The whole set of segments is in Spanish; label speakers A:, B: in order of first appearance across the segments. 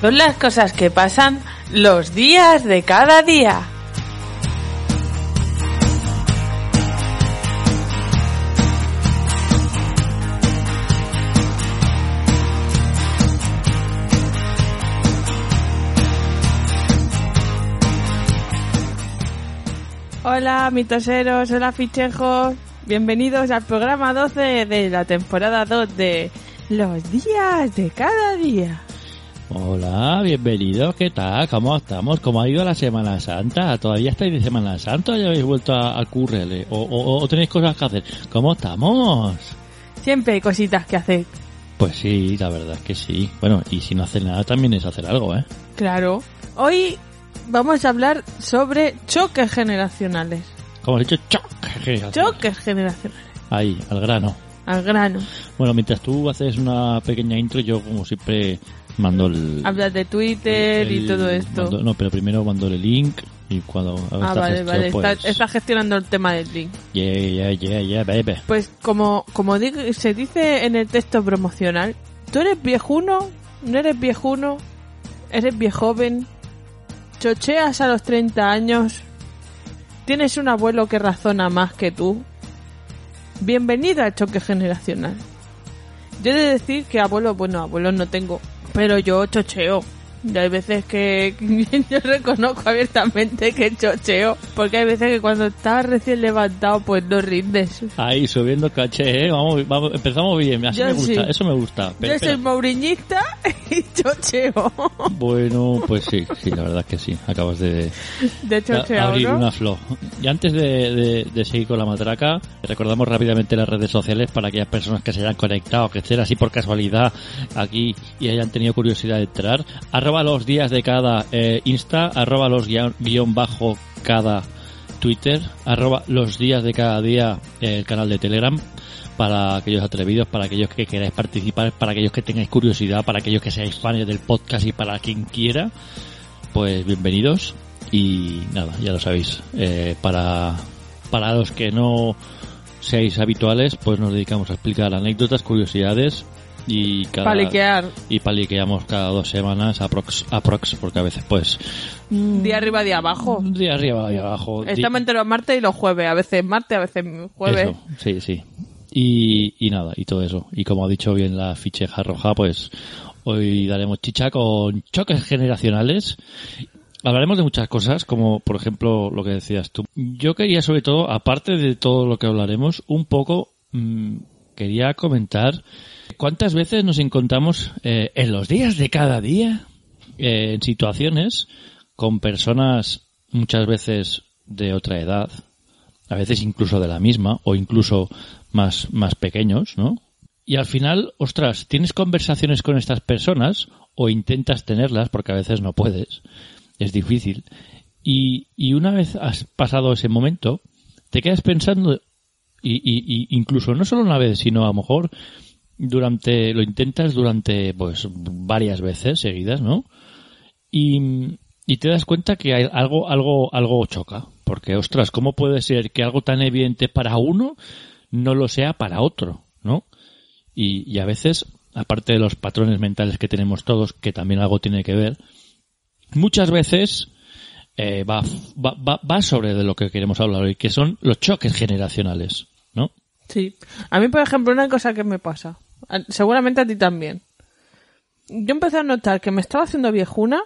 A: son las cosas que pasan los días de cada día. Hola, mitoseros, hola, fichejos. Bienvenidos al programa 12 de la temporada 2 de Los días de cada día.
B: Hola, bienvenidos, ¿qué tal? ¿Cómo estamos? ¿Cómo ha ido la Semana Santa? ¿Todavía estáis de Semana Santa o ya habéis vuelto a, a currele? ¿O, o, o tenéis cosas que hacer? ¿Cómo estamos?
A: Siempre hay cositas que hacer.
B: Pues sí, la verdad es que sí. Bueno, y si no haces nada también es hacer algo, ¿eh?
A: Claro. Hoy vamos a hablar sobre choques generacionales.
B: Como has dicho, choque.
A: Choques generacionales.
B: Ahí, al grano.
A: Al grano.
B: Bueno, mientras tú haces una pequeña intro, yo como siempre mando el...
A: Hablas de Twitter
B: el-
A: y todo esto.
B: mando- no, pero primero mando el link y cuando haga
A: ah,
B: esta
A: vale,
B: gestión,
A: vale.
B: pues,
A: Está, está gestionando el tema del link.
B: Yeah, yeah, yeah, yeah, baby.
A: Pues como, como di- se dice en el texto promocional, tú eres viejuno, no eres viejuno, eres viejoven, chocheas a los 30 años, tienes un abuelo que razona más que tú. Bienvenido al choque generacional. Yo he de decir que abuelo, bueno, abuelos no tengo, pero yo chocheo. Y hay veces que yo reconozco abiertamente que chocheo, porque hay veces que cuando estás recién levantado pues no rindes.
B: Ahí, subiendo caché, ¿eh? Vamos, vamos, empezamos bien, así
A: Yo
B: me gusta,
A: sí.
B: eso me gusta. Pero,
A: Yo soy
B: espera.
A: mauriñista y chocheo.
B: Bueno, pues sí, sí, la verdad es que sí, acabas de,
A: De
B: a-
A: chocheo,
B: abrir
A: ¿no?
B: una flor. Y antes de, de- de seguir con la matraca, recordamos rápidamente las redes sociales para aquellas personas que se hayan conectado, que estén así por casualidad aquí y hayan tenido curiosidad de entrar. Arroba los días de cada eh, Insta, arroba los guión, guión bajo cada Twitter, arroba los días de cada día eh, el canal de Telegram para aquellos atrevidos, para aquellos que queráis participar, para aquellos que tengáis curiosidad, para aquellos que seáis fans del podcast y para quien quiera, pues bienvenidos y nada, ya lo sabéis. Eh, para, para los que no seáis habituales, pues nos dedicamos a explicar anécdotas, curiosidades y cada
A: Paliquear.
B: y paliqueamos cada dos semanas aprox, aprox porque a veces pues
A: Día arriba, día abajo.
B: de arriba y abajo. Mm. di-
A: Estamos entre los martes y los jueves. A veces martes, a veces jueves.
B: Eso, sí, sí. Y, y nada, y todo eso. Y como ha dicho bien la ficheja roja, pues hoy daremos chicha con choques generacionales. Hablaremos de muchas cosas, como por ejemplo lo que decías tú. Yo quería sobre todo, aparte de todo lo que hablaremos, un poco mm, quería comentar cuántas veces nos encontramos eh, en los días de cada día eh, en situaciones con personas muchas veces de otra edad, a veces incluso de la misma o incluso más, más pequeños, ¿no? Y al final, ostras, tienes conversaciones con estas personas o intentas tenerlas porque a veces no puedes, es difícil. Y, y una vez has pasado ese momento, te quedas pensando, y, y- y incluso no solo una vez, sino a lo mejor durante, lo intentas durante pues varias veces seguidas, ¿no? y, y te das cuenta que hay algo, algo, algo choca. Porque, ostras, ¿cómo puede ser que algo tan evidente para uno no lo sea para otro? ¿No? Y, y a veces, aparte de los patrones mentales que tenemos todos, que también algo tiene que ver, muchas veces eh, va, va, va, va sobre de lo que queremos hablar hoy, que son los choques generacionales, ¿no?
A: Sí. A mí, por ejemplo, una cosa que me pasa. a- Seguramente a ti también. Yo empecé a notar que me estaba haciendo viejuna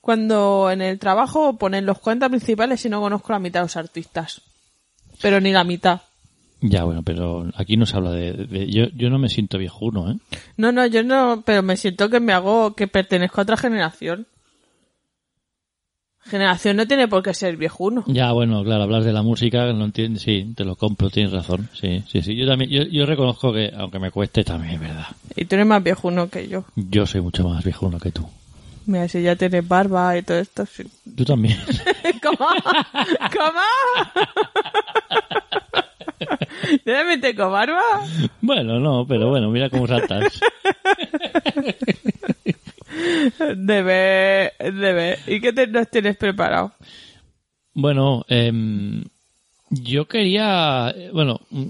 A: cuando en el trabajo ponen los cuentas principales y no conozco la mitad de los artistas. Pero ni la mitad.
B: Ya, bueno, pero aquí nos habla de... de- yo, yo no me siento viejuno, ¿eh?
A: No, no, yo no, pero me siento que me hago, que pertenezco a otra generación. Generación no tiene por qué ser viejuno.
B: Ya, bueno, claro, hablas de la música, no entiendes, sí, te lo compro, tienes razón, sí, sí, sí, yo también, yo, yo reconozco que, aunque me cueste, también es verdad,
A: Y tú eres más viejuno que yo.
B: yo soy mucho más viejuno que tú,
A: Mira, si ya tienes barba y todo esto, sí.
B: tú también,
A: ¿Cómo? ¿Cómo? ¿Yo también tengo barba?
B: bueno, no, pero bueno, mira cómo saltas,
A: Debe, debe. ¿Y qué te, nos tienes preparado?
B: bueno, em, yo quería, eh, bueno, mm,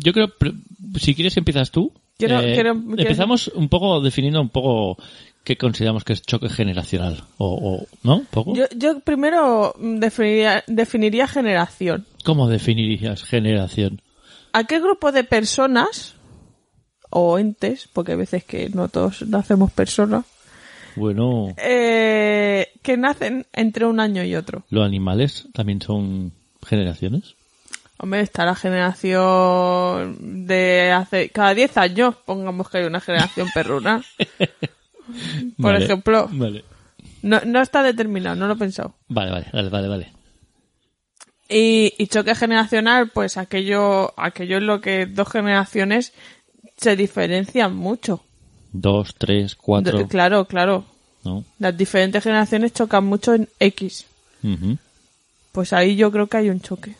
B: yo creo, pr- si quieres empiezas tú, Eh,
A: Quiero- quiero- quiero-
B: empezamos un poco definiendo un poco qué consideramos que es choque generacional. O, o- ¿No? ¿Poco?
A: Yo, yo primero mm, definiría, definiría generación.
B: ¿Cómo definirías generación?
A: ¿A qué grupo de personas o entes, porque a veces que no todos nacemos personas,
B: Bueno,
A: eh, que nacen entre un año y otro?
B: ¿los animales también son generaciones?
A: Hombre, está la generación de hace cada 10 años, pongamos que hay una generación perruna. Por
B: Vale,
A: ejemplo,
B: Vale.
A: no, no está determinado, no lo he pensado.
B: Vale, vale, vale, vale, vale.
A: Y, y choque generacional, pues aquello, aquello en lo que dos generaciones se diferencian mucho.
B: Dos, tres, cuatro.
A: De- claro, claro.
B: ¿no?
A: Las diferentes generaciones chocan mucho en X.
B: Ujú.
A: Pues ahí yo creo que hay un choque.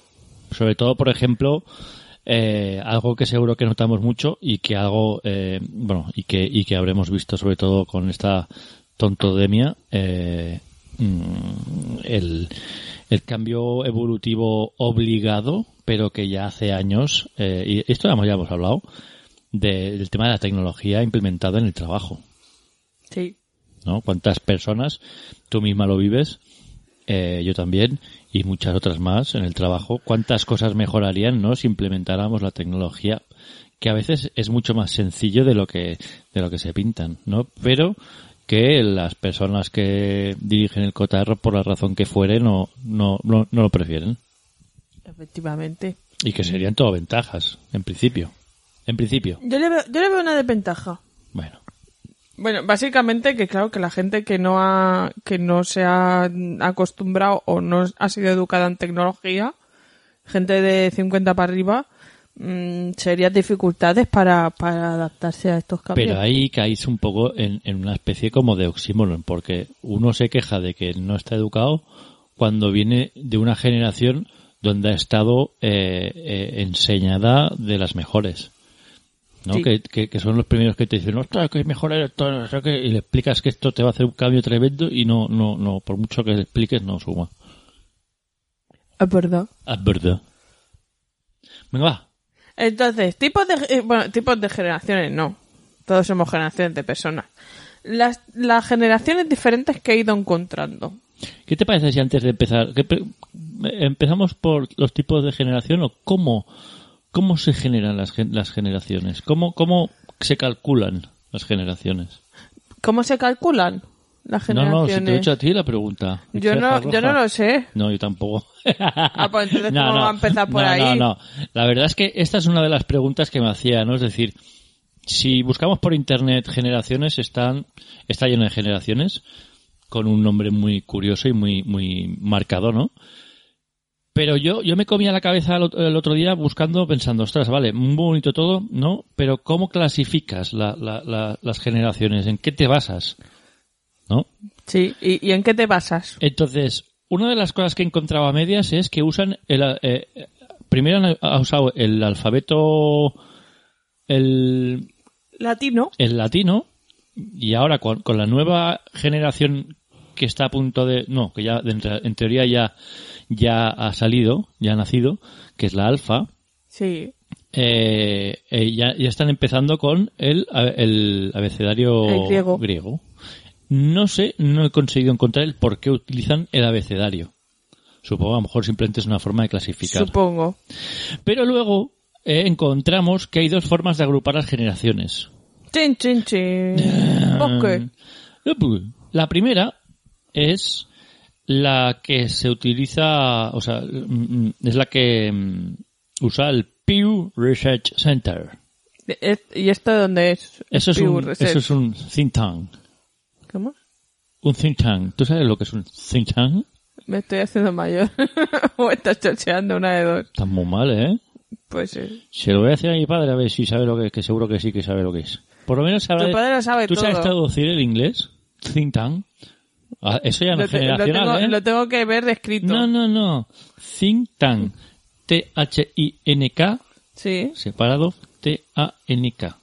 B: Sobre todo, por ejemplo, eh, algo que seguro que notamos mucho y que algo, eh, bueno, y que, y que habremos visto sobre todo con esta tontodemia, eh, mm, el, el cambio evolutivo obligado, pero que ya hace años, eh, y esto ya hemos hablado, de- del tema de la tecnología implementada en el trabajo.
A: Sí.
B: ¿no? Cuántas personas, tú misma lo vives, eh, yo también, y muchas otras más en el trabajo, cuántas cosas mejorarían, ¿no? Si implementáramos la tecnología, que a veces es mucho más sencillo de lo que, de lo que se pintan, ¿no? Pero que las personas que dirigen el cotarro, por la razón que fuere, no, no, no, no lo prefieren.
A: Efectivamente.
B: Y que serían todo ventajas, en principio. En principio.
A: Yo le veo, yo le veo una desventaja.
B: Bueno.
A: Bueno, básicamente que claro que la gente que no ha, que no se ha acostumbrado o no ha sido educada en tecnología, gente de 50 para arriba, mm, serían dificultades para, para adaptarse a estos cambios.
B: Pero ahí caéis un poco en, en una especie como de oxímoron, porque uno se queja de que no está educado cuando viene de una generación donde ha estado eh, eh, enseñada de las mejores. ¿no?
A: Sí.
B: Que, que- que son los primeros que te dicen, ostras, que es mejor esto, no sé qué", y le explicas que esto te va a hacer un cambio tremendo y no, no, no, por mucho que le expliques, no suma.
A: Es verdad.
B: Es verdad. Venga, va.
A: Entonces, tipos de, eh, bueno, tipos de generaciones no. Todos somos generaciones de personas. Las, las generaciones diferentes que he ido encontrando.
B: ¿Qué te parece si antes de empezar, que pre- empezamos por los tipos de generación o cómo, cómo se generan las, gen- las generaciones? ¿Cómo, ¿Cómo se calculan las generaciones?
A: ¿Cómo se calculan las
B: No,
A: generaciones?
B: no, si te he hecho a ti la pregunta.
A: yo no, yo no lo sé.
B: No, yo tampoco.
A: Ah, pues entonces, ¿cómo va a empezar por
B: no,
A: ahí?
B: No, no. La verdad es que esta es una de las preguntas que me hacía, ¿no? Es decir, si buscamos por internet generaciones, están, está lleno de generaciones, con un nombre muy curioso y muy, muy marcado, ¿no? Pero yo, yo me comía la cabeza el ot- el otro día buscando, pensando, ostras, vale, muy bonito todo, ¿no? Pero ¿cómo clasificas la- la- la- las generaciones? ¿En qué te basas? ¿No?
A: Sí, ¿y, y en qué te basas?
B: Entonces, una de las cosas que encontraba a medias es que usan el eh, eh, primero han ha usado el alfabeto el,
A: Latino.
B: el latino y ahora con, con la nueva generación que está a punto de no que ya de- en, re- en teoría ya ya ha salido ya ha nacido que es la alfa
A: Sí.
B: eh, eh, ya, ya están empezando con el, a- el abecedario
A: El griego.
B: No sé, no he conseguido encontrar el por qué utilizan el abecedario. Supongo, a lo mejor simplemente es una forma de clasificar.
A: Supongo.
B: Pero luego eh, encontramos que hay dos formas de agrupar las generaciones.
A: Chin, chin, chin.
B: Eh,
A: ¿Por qué?
B: La primera es la que se utiliza, o sea, mm, mm, es la que mm, usa el Pew Research Center.
A: Es- ¿Y esto de dónde es?
B: Eso es,
A: Pew
B: un,
A: Research.
B: eso es un think tank.
A: ¿Cómo?
B: Un think tank. ¿Tú sabes lo que es un think tank?
A: Me estoy haciendo mayor. o estás chocheando una de dos.
B: Está muy mal, ¿eh?
A: Pues sí.
B: Se lo voy a decir a mi padre a ver si sabe lo que es, que seguro que sí que sabe lo que es. Por lo menos sabe...
A: Tu padre lo sabe
B: ¿Tú sabes
A: todo.
B: traducir el inglés? Think tank. Ah, eso ya no
A: Lo,
B: es
A: te- lo
B: generacional,
A: tengo,
B: ¿eh?
A: lo tengo que ver descrito.
B: No, no, no. Think tank. T-H-I-N-K
A: Sí.
B: separado T-A-N-K.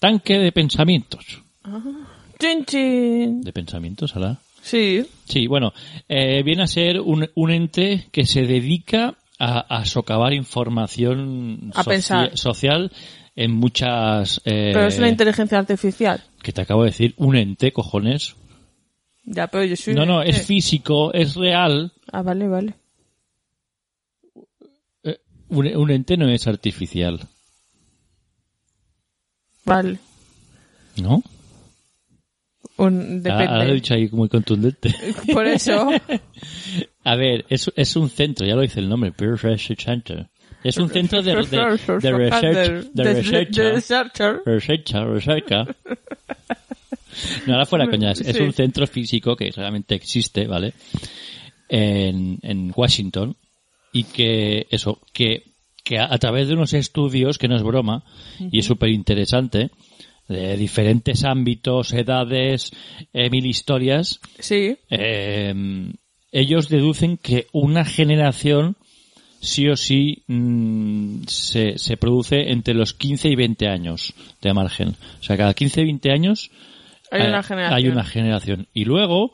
B: Tanque de pensamientos.
A: Chin, chin.
B: ¿De pensamientos, Alá?
A: Sí.
B: Sí, bueno, eh, viene a ser un, un ente que se dedica a, a socavar información
A: A
B: soci-
A: pensar.
B: social en muchas... eh,
A: Pero es la inteligencia artificial.
B: que te acabo de decir, un ente, cojones.
A: Ya, pero yo soy.
B: No, no,
A: eh,
B: es físico, es real.
A: Ah, vale, vale.
B: Un, un ente no es artificial,
A: Vale.
B: ¿no?
A: Un,
B: Ahora- Ahora lo he
A: depende.
B: dicho ahí muy contundente.
A: Por eso.
B: A ver, es, es un centro, ya lo dice el nombre, Peer Research Center. Es un centro de, de, de, research, de
A: de
B: research,
A: researcher.
B: researcha, researcha. No, ahora fuera coñas. Es
A: Sí.
B: un centro físico que realmente existe, ¿vale? En, en Washington. Y que, eso, que, que a, a través de unos estudios, que no es broma, y es súper interesante, de diferentes ámbitos, edades, eh, mil historias,
A: Sí.
B: eh, ellos deducen que una generación sí o sí mm, se, se produce entre los 15 y 20 años de margen. O sea, cada 15 y 20 años
A: Hay
B: eh,
A: una generación.
B: hay una generación. Y luego,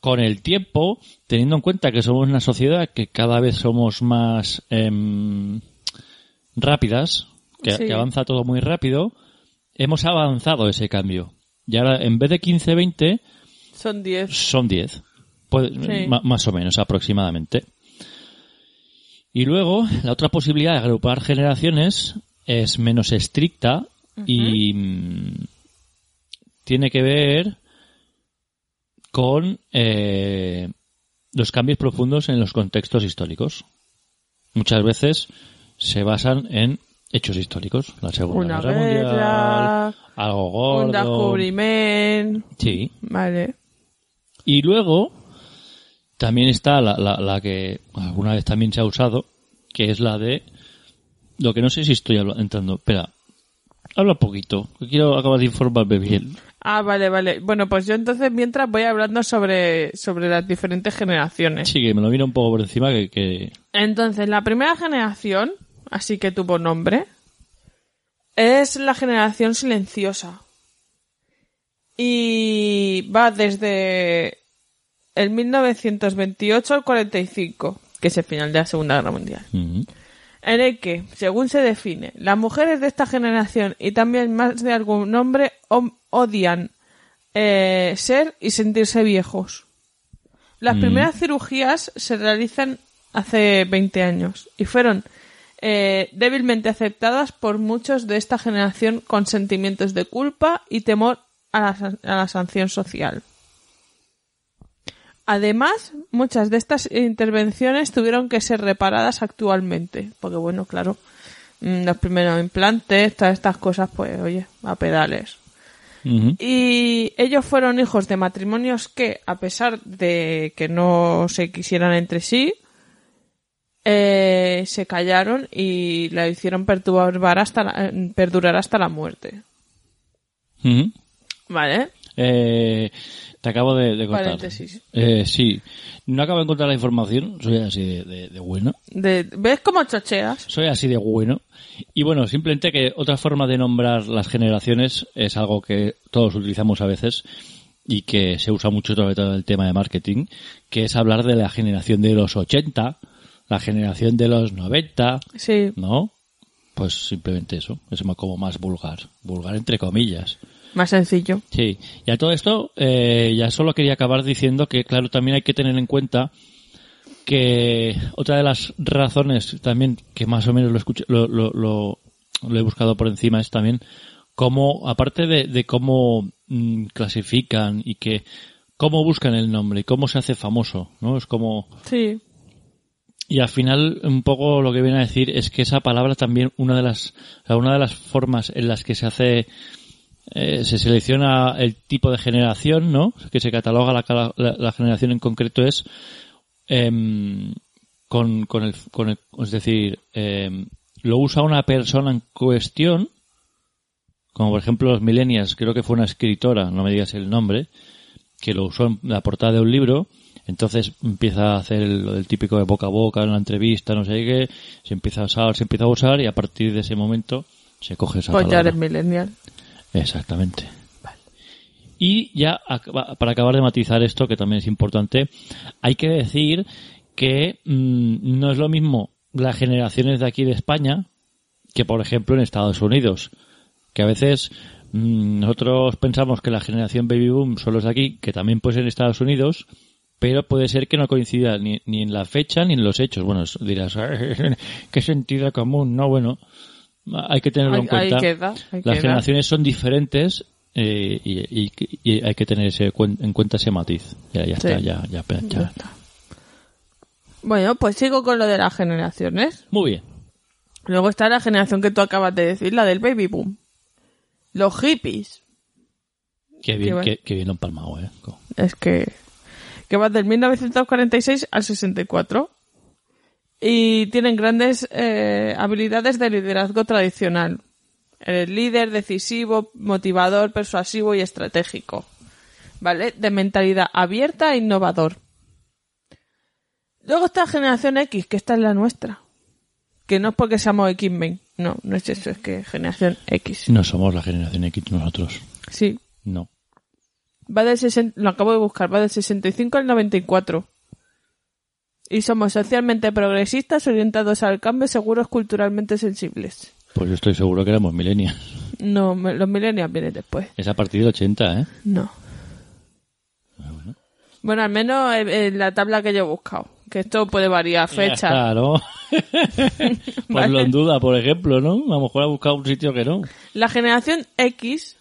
B: con el tiempo, teniendo en cuenta que somos una sociedad que cada vez somos más em, rápidas, que,
A: Sí.
B: que avanza todo muy rápido, hemos avanzado ese cambio. Y ahora, en vez de 15-20,
A: Son 10.
B: son 10. Pues,
A: Sí.
B: ma- Más o menos, aproximadamente. Y luego, la otra posibilidad de agrupar generaciones es menos estricta y mm, tiene que ver con eh, los cambios profundos en los contextos históricos. Muchas veces se basan en hechos históricos. La Segunda
A: Una
B: Guerra Mundial,
A: guerra.
B: algo
A: Un
B: gordo.
A: descubrimiento.
B: Sí.
A: Vale.
B: Y luego también está la, la, la que alguna vez también se ha usado, que es la de... Lo que no sé si estoy habla- entrando... Espera, habla poquito, que quiero acabar de informarme bien.
A: Ah, vale, vale. Bueno, pues yo entonces mientras voy hablando sobre, sobre las diferentes generaciones.
B: Sí, que me lo miro un poco por encima, que... que-
A: Entonces, la primera generación, así que tuvo nombre, es la generación silenciosa. Y va desde el 1928 al 45, que es el final de la Segunda Guerra Mundial.
B: Ujú.
A: En el que, según se define, las mujeres de esta generación y también más de algún hombre om- odian eh, ser y sentirse viejos. Las primeras cirugías se realizan hace 20 años y fueron eh, débilmente aceptadas por muchos de esta generación con sentimientos de culpa y temor a la, san- a la sanción social. Además, muchas de estas intervenciones tuvieron que ser reparadas actualmente, porque bueno, claro, mm, los primeros implantes, todas estas cosas, pues oye, a pedales.
B: Ujú.
A: Y ellos fueron hijos de matrimonios que, a pesar de que no se quisieran entre sí, eh, se callaron y la hicieron perturbar hasta la- perdurar hasta la muerte.
B: Ujú.
A: ¿Vale?
B: Eh, te acabo de, de contar.
A: Paréntesis.
B: Eh, sí, no acabo de encontrar la información, soy así de, de, de bueno.
A: De- ¿Ves cómo chocheas?
B: Soy así de bueno. Y bueno, simplemente que otra forma de nombrar las generaciones es algo que todos utilizamos a veces y que se usa mucho sobre todo en el tema de marketing, que es hablar de la generación de los 80, la generación de los 90,
A: Sí,
B: ¿no? Pues simplemente eso, es ma- como más vulgar, vulgar entre comillas.
A: más sencillo.
B: Sí, y a todo esto eh, ya solo quería acabar diciendo que, claro, también hay que tener en cuenta que otra de las razones también que más o menos lo, escuché- lo, lo, lo- lo he buscado por encima es también cómo, aparte de, de cómo mm, clasifican y que cómo buscan el nombre y cómo se hace famoso, ¿no? Es como...
A: Sí,
B: Y al final, un poco lo que viene a decir es que esa palabra también, una de las, o sea, una de las formas en las que se hace, eh, se selecciona el tipo de generación, ¿no? Que se cataloga la, cala- la- la generación en concreto es, em, con, con el, con el- es decir, em, lo usa una persona en cuestión, como por ejemplo los millennials, creo que fue una escritora, no me digas el nombre, que lo usó en la portada de un libro, entonces empieza a hacer lo del típico de boca a boca en la entrevista, no sé qué, se empieza a usar, se empieza a usar y a partir de ese momento se coge esa
A: pues ya
B: palabra.
A: eres millennial.
B: Exactamente. Y ya acaba- para acabar de matizar esto, que también es importante, hay que decir que mm, no es lo mismo las generaciones de aquí de España, que, por ejemplo, en Estados Unidos. Que a veces mm, nosotros pensamos que la generación baby boom solo es de aquí, que también puede ser en Estados Unidos, pero puede ser que no coincida ni, ni en la fecha ni en los hechos. Bueno, dirás, qué sentido común. No, bueno, hay que tenerlo
A: Ahí-
B: en
A: ahí
B: cuenta.
A: queda, ahí
B: Las
A: queda.
B: generaciones son diferentes eh, y, y- y hay que tener ese cuen- en cuenta ese matiz. Ya, ya
A: Sí.
B: está, ya, ya, ya,
A: Ya está. Bueno, pues sigo con lo de las generaciones.
B: Muy bien.
A: Luego está la generación que tú acabas de decir, la del baby boom. Los hippies.
B: Qué bien,
A: bueno.
B: qué, qué bien lo empalmado, eh. Co-
A: Es que... Que va del 1946 al 64. Y tienen grandes eh, habilidades de liderazgo tradicional. El líder decisivo, motivador, persuasivo y estratégico. ¿Vale? De mentalidad abierta e innovador. Luego está Generación X, que esta es la nuestra. Que no es porque seamos X-Men. No, no es eso, es que Generación X.
B: No somos la generación X nosotros.
A: Sí,
B: No.
A: Va del 60, lo acabo de buscar, va del 65 al 94. Y somos socialmente progresistas, orientados al cambio, seguros, culturalmente sensibles.
B: Pues yo estoy seguro que éramos millennials.
A: No, me- los millennials vienen después.
B: Es a partir del 80, ¿eh?
A: No. Bueno, al menos en, en la tabla que yo he buscado. Que esto puede variar fecha.
B: Claro. Ponlo Pues en duda, por ejemplo, ¿no? A lo mejor ha buscado un sitio que no.
A: La generación X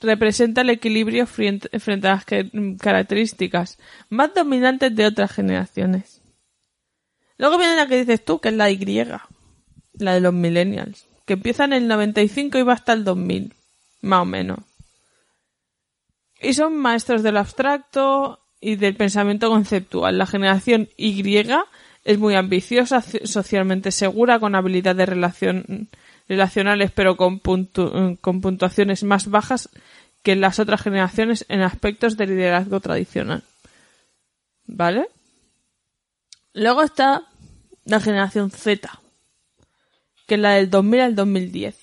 A: representa el equilibrio frien- frente a las que- mm, características más dominantes de otras generaciones. Luego viene la que dices tú, que es la Y, la de los millennials, que empieza en el 95 y va hasta el 2000, más o menos. Y son maestros del abstracto y del pensamiento conceptual. La generación Y es muy ambiciosa, ci- socialmente segura, con habilidades relacion- relacionales, pero con, puntu- con puntuaciones más bajas que las otras generaciones en aspectos de liderazgo tradicional. ¿Vale? Luego está la generación Z, que es la del 2000 al 2010.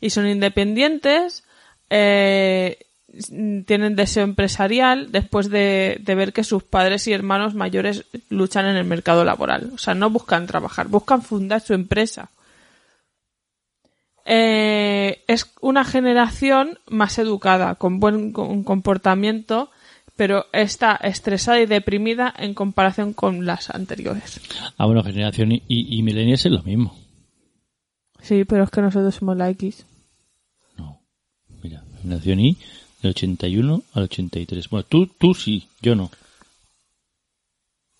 A: Y son independientes, eh, s- tienen deseo empresarial después de, de ver que sus padres y hermanos mayores luchan en el mercado laboral. O sea, no buscan trabajar, buscan fundar su empresa. Eh, es una generación más educada, con buen co- comportamiento, pero está estresada y deprimida en comparación con las anteriores.
B: Ah, bueno, generación y, y, y millennials es lo mismo.
A: Sí, pero es que nosotros somos la X.
B: No. Mira, generación Y del 81 al 83. Bueno, tú, tú sí, yo no.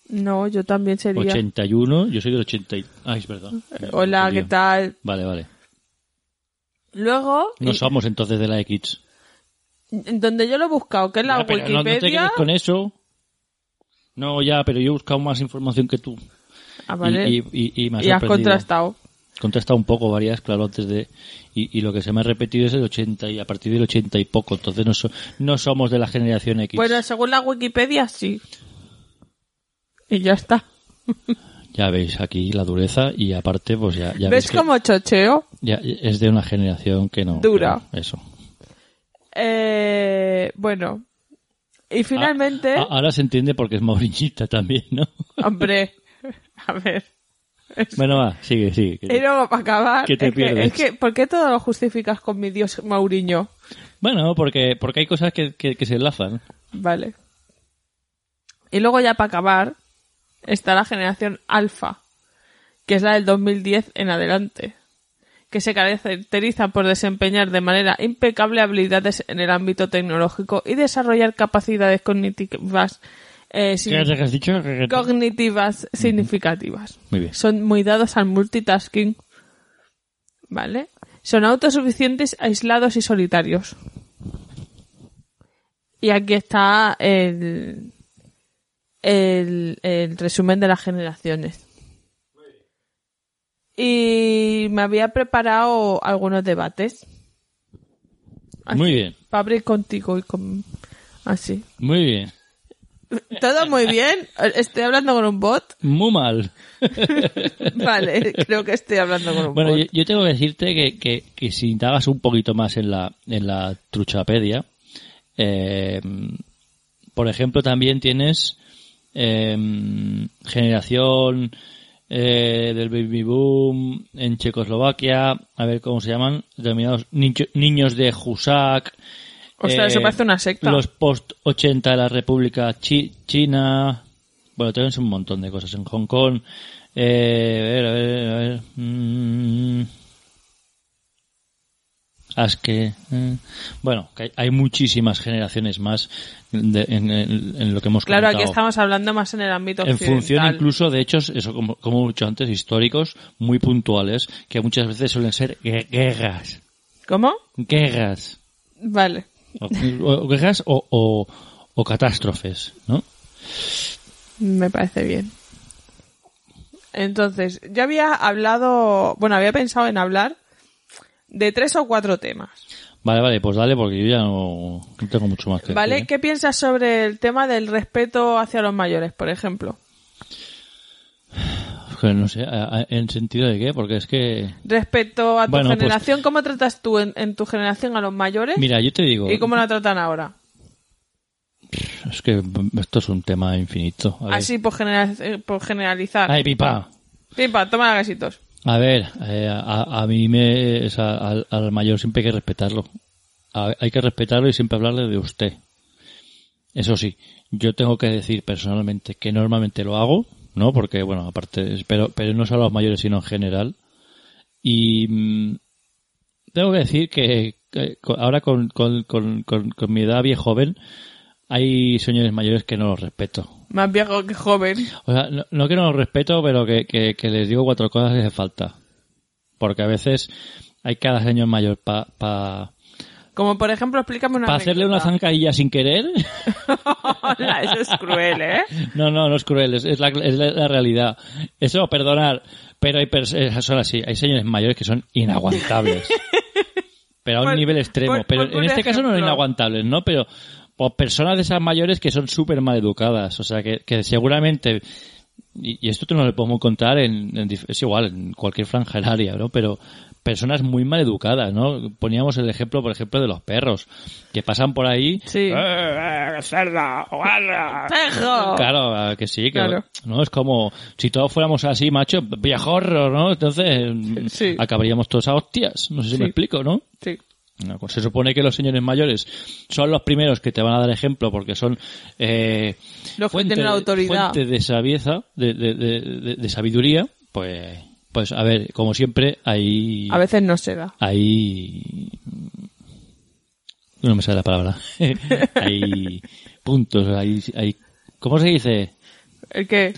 A: No, yo también sería.
B: 81, yo soy del 80. y- Ay, es verdad.
A: Eh, Hola,
B: Entendido.
A: ¿qué tal?
B: Vale, vale.
A: Luego,
B: No
A: y-
B: somos entonces de la X.
A: donde yo lo he buscado, que es la
B: Ya, pero no- No, te
A: Wikipedia.
B: quedes con eso. No, ya, pero yo he buscado más información que tú.
A: Ah, vale.
B: Y, y- y- y me ha
A: Y has
B: sorprendido.
A: contrastado.
B: Contrastado un poco varias, claro, antes de... Y, y lo que se me ha repetido es el 80 y a partir del 80 y poco. Entonces no, so- no somos de la generación X.
A: Bueno, según la Wikipedia, sí. Y ya está.
B: Ya veis aquí la dureza y aparte, pues ya, ya
A: ¿Ves
B: veis que
A: cómo chocheo?
B: ya es de una generación que no...
A: Dura.
B: que no, eso.
A: Eh, bueno. Y finalmente,
B: A- a- Ah, ahora se entiende porque es mauriñita también, ¿no?
A: hombre, a ver.
B: Bueno, va, sigue, sigue. que-
A: Y luego para acabar,
B: Que te
A: es, que,
B: pierdes.
A: es que, ¿por qué todo lo justificas con mi dios Mauriño?
B: Bueno, porque, porque hay cosas que, que, que se enlazan.
A: Vale. Y luego ya para acabar está la generación alfa, que es la del 2010 en adelante, que se caracteriza por desempeñar de manera impecable habilidades en el ámbito tecnológico y desarrollar capacidades cognitivas, eh, sin-
B: has dicho?
A: cognitivas significativas.
B: Muy bien.
A: Son muy dados al multitasking. ¿Vale? Son autosuficientes, aislados y solitarios. Y aquí está el, el, el resumen de las generaciones. Y me había preparado algunos debates. Así,
B: Muy bien,
A: Para abrir contigo y con... Así.
B: muy bien.
A: Todo muy bien. Estoy hablando con un bot.
B: Muy mal.
A: Vale, creo que estoy hablando con un
B: Bueno,
A: bot.
B: yo, yo tengo que decirte que, que, que si indagas un poquito más en la, en la truchapedia, eh, por ejemplo, también tienes eh, generación eh, del baby boom en Checoslovaquia, a ver cómo se llaman, denominados nicho- niños de Husak.
A: O sea, eso parece una secta.
B: eh, Los post-80 de la República Chi- China. Bueno, tenemos un montón de cosas en Hong Kong. Eh, a ver, a ver, a ver. Mm. As que, eh, bueno, que hay, hay muchísimas generaciones más de- en, en- en lo que hemos
A: Claro, aquí
B: comentado.
A: estamos hablando más en el ámbito
B: En
A: occidental.
B: función incluso de hechos, eso como, como he dicho antes, históricos muy puntuales, que muchas veces suelen ser gue- guerras.
A: ¿Cómo?
B: Guerras.
A: Vale.
B: O, o guerras o, o- o catástrofes, ¿no?
A: Me parece bien. Entonces, yo había hablado, bueno, había pensado en hablar de tres o cuatro temas.
B: Vale, vale, pues dale porque yo ya no, no tengo mucho más que
A: ¿Vale?
B: decir. ¿eh?
A: ¿Qué piensas sobre el tema del respeto hacia los mayores, por ejemplo?
B: Que no sé, a- a- ¿en sentido de qué? Porque es que...
A: Respecto a tu
B: Bueno, pues-
A: generación, ¿cómo tratas tú en, en tu generación a los mayores?
B: Mira, yo te digo,
A: ¿Y cómo la tratan ahora?
B: es que esto es un tema infinito. A ver.
A: Así por, genera- eh, por generalizar.
B: Ay, pipa.
A: Pipa, toma la gasitos.
B: A ver, eh, a, a mí me, o sea, al, al mayor siempre hay que respetarlo. A- hay que respetarlo y siempre hablarle de usted. Eso sí, yo tengo que decir personalmente que normalmente lo hago, ¿no? Porque, bueno, aparte, pero, pero no solo a los mayores, sino en general. Y mm, tengo que decir que, que co- ahora con, con, con, con, con mi edad viejo joven, hay señores mayores que no los respeto.
A: Más viejo que joven.
B: O sea, no, no que no los respeto, pero que, que, que les digo cuatro cosas que hace falta. Porque a veces hay cada señor mayor para pa,
A: Como por ejemplo, explícame una.
B: pa hacerle una
A: anécdota.
B: zancadilla sin querer.
A: Hola, eso es cruel, ¿eh?
B: No, no, no es cruel, es, es la, es la- la realidad. Eso, perdonar. Pero hay pers- eh, son así, hay señores mayores que son inaguantables. pero a un
A: Por-
B: nivel extremo.
A: por-
B: pero
A: por-
B: en
A: por
B: este caso no son
A: ejemplo.
B: inaguantables, ¿no? Pero pues, personas de esas mayores que son súper mal educadas. O sea, que, que seguramente... Y, y esto te no lo podemos contar en, en dif- es igual, en cualquier franja horaria, ¿no? Pero personas muy mal educadas, ¿no? Poníamos el ejemplo, por ejemplo, de los perros, que pasan por ahí
A: Sí.
B: Eh,
A: ¡Pejo!
B: Claro, ah, que sí, que
A: Oh. Claro.
B: no es como si todos fuéramos así, macho, viajorro, ¿no? Entonces mm,
A: Sí.
B: acabaríamos todos a hostias, no sé si
A: Sí.
B: me explico, ¿no?
A: Sí.
B: No, pues se supone que los señores mayores son los primeros que te van a dar ejemplo porque son eh,
A: Los que tienen autoridad.
B: fuente de sabieza, de, de- de- de- de sabiduría, pues, pues a ver, como siempre, ahí,
A: A veces no se da.
B: ahí, no me sale la palabra, hay puntos, hay, hay, ¿cómo se dice?
A: El que,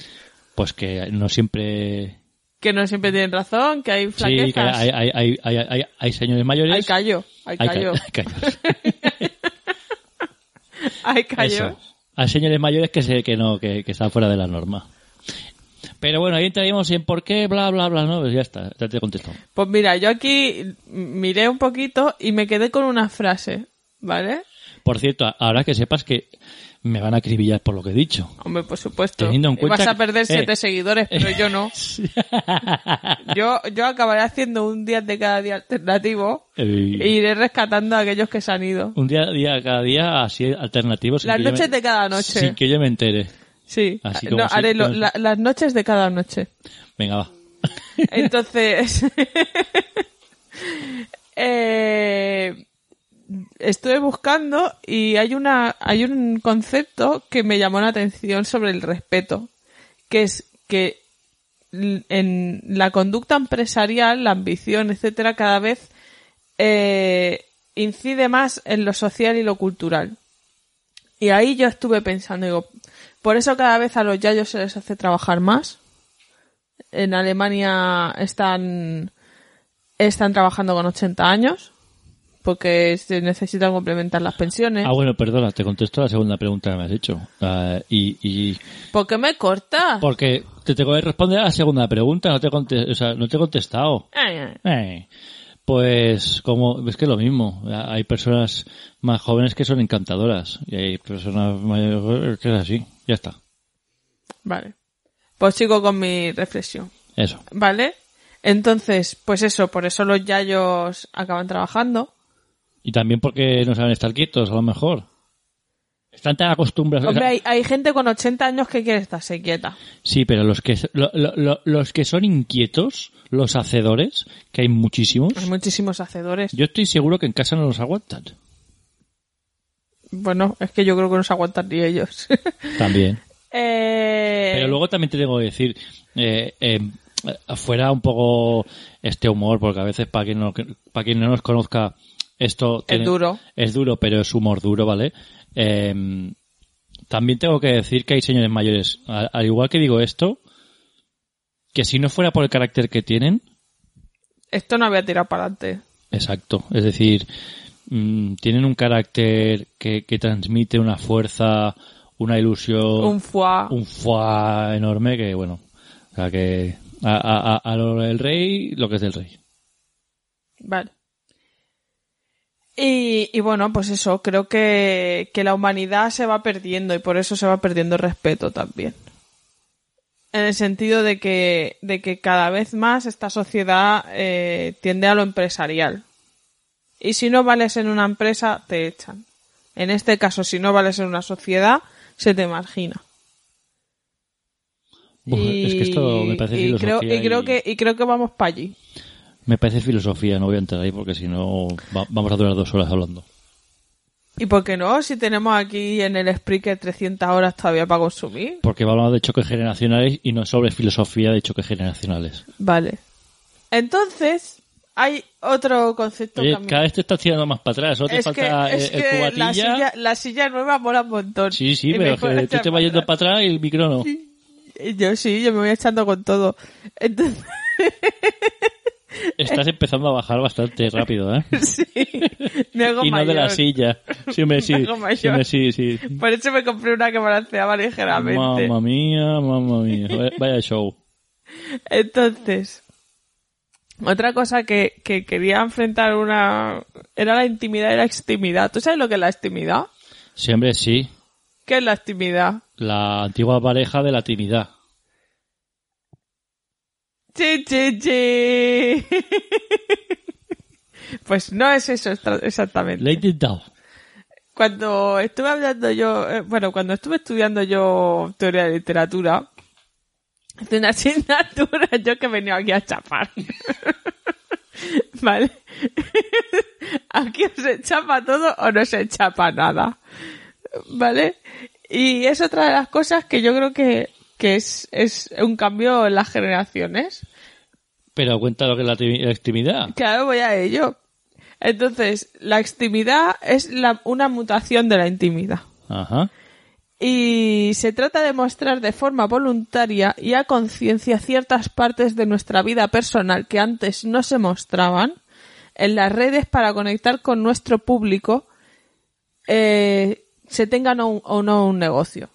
B: pues que no siempre
A: que no siempre tienen razón, que hay flaquezas.
B: sí que hay, hay, hay, hay, hay, hay señores mayores
A: Hay callo, hay
B: Hay
A: callo,
B: ca- hay callos.
A: hay callo.
B: Eso. hay señores mayores que se, que no que, que están fuera de la norma pero bueno ahí entraríamos en por qué bla bla bla no pues ya está ya te contesto
A: Pues mira, yo aquí miré un poquito y me quedé con una frase, ¿vale?
B: por cierto a- ahora que sepas que me van a acribillar por lo que he dicho
A: Hombre, por supuesto.
B: Teniendo en
A: Y
B: cuenta
A: vas a
B: que-
A: perder
B: eh.
A: siete seguidores, pero yo no. Yo, yo acabaré haciendo un día de cada día alternativo
B: Eh,
A: e iré rescatando a aquellos que se han ido.
B: un día, día cada día así alternativos sin
A: Las
B: que yo
A: noches
B: me-
A: de cada noche.
B: sin que yo me entere
A: Sí,
B: Así como
A: no,
B: si-
A: haré lo- la- las noches de cada noche.
B: venga va
A: Entonces, eh, estuve buscando y hay una, hay un concepto que me llamó la atención sobre el respeto, que es que l- en la conducta empresarial, la ambición, etcétera, cada vez eh, incide más en lo social y lo cultural. Y ahí yo estuve pensando, digo, por eso cada vez a los yayos se les hace trabajar más en Alemania están están trabajando con 80 años porque se necesitan complementar las pensiones.
B: ah bueno perdona te contesto la segunda pregunta que me has hecho Ah, y- y
A: ¿Por qué me cortas?
B: Porque te tengo que responder a la segunda pregunta, no te, conte- o sea, no te he contestado.
A: Eh,
B: Eh, pues como es que es lo mismo, hay personas más jóvenes que son encantadoras y hay personas mayores que es así, ya está,
A: Vale. Pues sigo con mi reflexión.
B: eso.
A: ¿Vale? Entonces, pues eso, por eso los yayos acaban trabajando.
B: Y también porque no saben estar quietos, a lo mejor. Están tan acostumbrados.
A: Hombre, hay, hay gente con 80 años que quiere estarse quieta.
B: Sí, pero los que, lo- lo- lo- los que son inquietos, los hacedores, que hay muchísimos,
A: Hay muchísimos hacedores.
B: yo estoy seguro que en casa no los aguantan.
A: Bueno, es que yo creo que no se aguantan ni ellos.
B: También.
A: Eh,
B: Pero luego también te tengo que decir, eh, eh, fuera un poco este humor, porque a veces para quien no, para quien no nos conozca, esto tiene-
A: duro.
B: Es duro, pero es humor duro, ¿vale? Eh, también tengo que decir que hay señores mayores, al, al igual que digo esto, que si no fuera por el carácter que tienen,
A: Esto no había tirado para adelante.
B: Exacto, es decir, mm, tienen un carácter que, que transmite una fuerza, una ilusión,
A: Un fuá.
B: un foie enorme que, bueno, o sea que a, a- a- a lo del rey, lo que es del rey.
A: Vale. Y, y bueno, pues eso, creo que, que la humanidad se va perdiendo y por eso se va perdiendo el respeto también. En el sentido de que, de que cada vez más esta sociedad eh, tiende a lo empresarial. Y si no vales en una empresa, te echan. En este caso, si no vales en una sociedad, se te margina.
B: Buah, es que esto me parece
A: y
B: filosofía.
A: creo, y creo que, y creo que vamos para allí.
B: Me parece filosofía, no voy a entrar ahí porque si no va- vamos a durar dos horas hablando.
A: ¿Y por qué no? Si tenemos aquí en el Spreaker 300 horas todavía para consumir.
B: Porque va a hablar de choques generacionales y no sobre filosofía de choques generacionales.
A: Vale. Entonces, hay otro concepto
B: Oye,
A: que a mí-
B: Eh, cada vez te estás tirando más para atrás, solo te
A: es
B: falta eh,
A: que,
B: el,
A: es
B: el
A: que
B: cubatilla.
A: la, silla, la silla nueva mola un montón.
B: Sí, sí,
A: Y me
B: pero es
A: mola
B: que tú
A: echar
B: te vas yendo
A: para
B: para atrás y el micro no.
A: atrás. Yo sí, yo me voy echando con todo. Entonces,
B: Estás empezando a bajar bastante rápido, ¿eh?
A: sí, me hago
B: Y no de la
A: mayor.
B: silla. Sí, hombre, sí.
A: Algo mayor.
B: Sí, hombre, sí, sí.
A: Por eso me compré una que balanceaba ligeramente.
B: Mamma mía, mamma mía. Vaya- Vaya show.
A: Entonces, otra cosa que, que quería enfrentar una era la intimidad y la extimidad. ¿Tú sabes lo que es la extimidad?
B: Siempre sí.
A: ¿Qué es la extimidad?
B: La antigua pareja de la timidez.
A: ¡Chi, chi, chi! pues no es eso estra- exactamente.
B: La he intentado.
A: Cuando estuve hablando yo, eh, bueno, cuando estuve estudiando yo teoría de literatura, de una asignatura yo que he venido aquí a chapar. ¿Vale? aquí o se chapa todo o no se chapa nada. ¿Vale? Y es otra de las cosas que yo creo que, que es, es un cambio en las generaciones.
B: Pero cuenta lo que es la timi- la timidez.
A: Claro, voy a ello. Entonces, la extimidad es la- una mutación de la intimidad.
B: Ajá.
A: Y se trata de mostrar de forma voluntaria y a conciencia ciertas partes de nuestra vida personal que antes no se mostraban en las redes para conectar con nuestro público, eh, se tengan o, un- o no un negocio.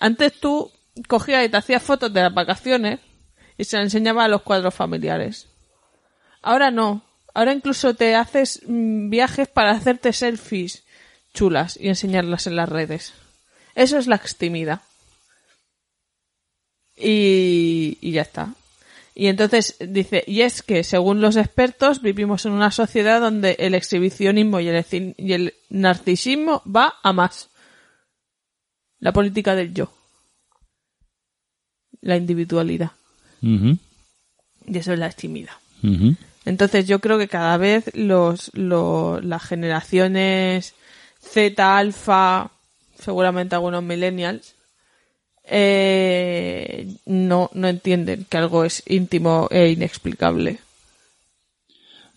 A: Antes tú cogías y te hacías fotos de las vacaciones y se las enseñaba a los cuadros familiares. Ahora no. Ahora incluso te haces mm, viajes para hacerte selfies chulas y enseñarlas en las redes. Eso es la extimidad. Y, y ya está. Y entonces dice, y es que según los expertos vivimos en una sociedad donde el exhibicionismo y el, eci- y el narcisismo va a más. La política del yo. La individualidad.
B: Ujú,
A: Y eso es la extimidad.
B: ujú.
A: Entonces yo creo que cada vez los, lo- las generaciones Z, alfa, seguramente algunos millennials, eh, no, no entienden que algo es íntimo e inexplicable.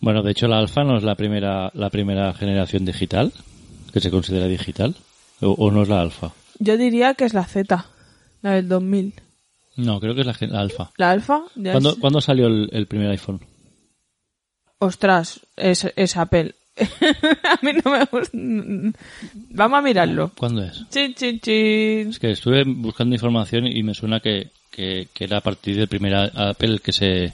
B: Bueno, de hecho, la alfa no es la primera, la primera generación digital, que se considera digital. O, o no es la alfa.
A: Yo diría que es la Z, la del 2000.
B: No, creo que es la, gen- la alfa.
A: La alfa, ya
B: ¿Cuándo,
A: es-
B: cuándo salió el- el primer iPhone?
A: ostras, es, es Apple. a mí no me gusta. Vamos a mirarlo.
B: ¿Cuándo es?
A: Chin, chin, chin.
B: Es que estuve buscando información y me suena que, que, que era a partir del primer a- Apple que se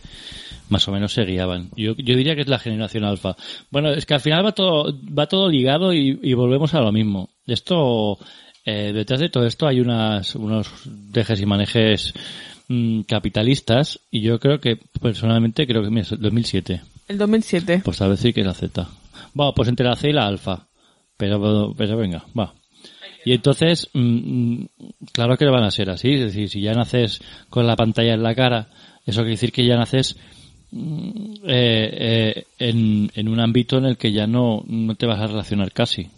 B: más o menos se guiaban. Yo, yo diría que es la generación alfa. Bueno, es que al final va todo, va todo ligado y, y volvemos a lo mismo. Esto, eh, detrás de todo esto hay unas, unos dejes y manejes mm, capitalistas y yo creo que, personalmente, creo que mira, es el 2007.
A: El 2007.
B: Pues a decir que es la Z. Va, pues entre la C y la alfa. Pero, pero venga, va. Y entonces, mm, mm, claro que van a ser así. Es decir, si ya naces con la pantalla en la cara, eso quiere decir que ya naces mm, eh, eh, en, en un ámbito en el que ya no, no te vas a relacionar casi.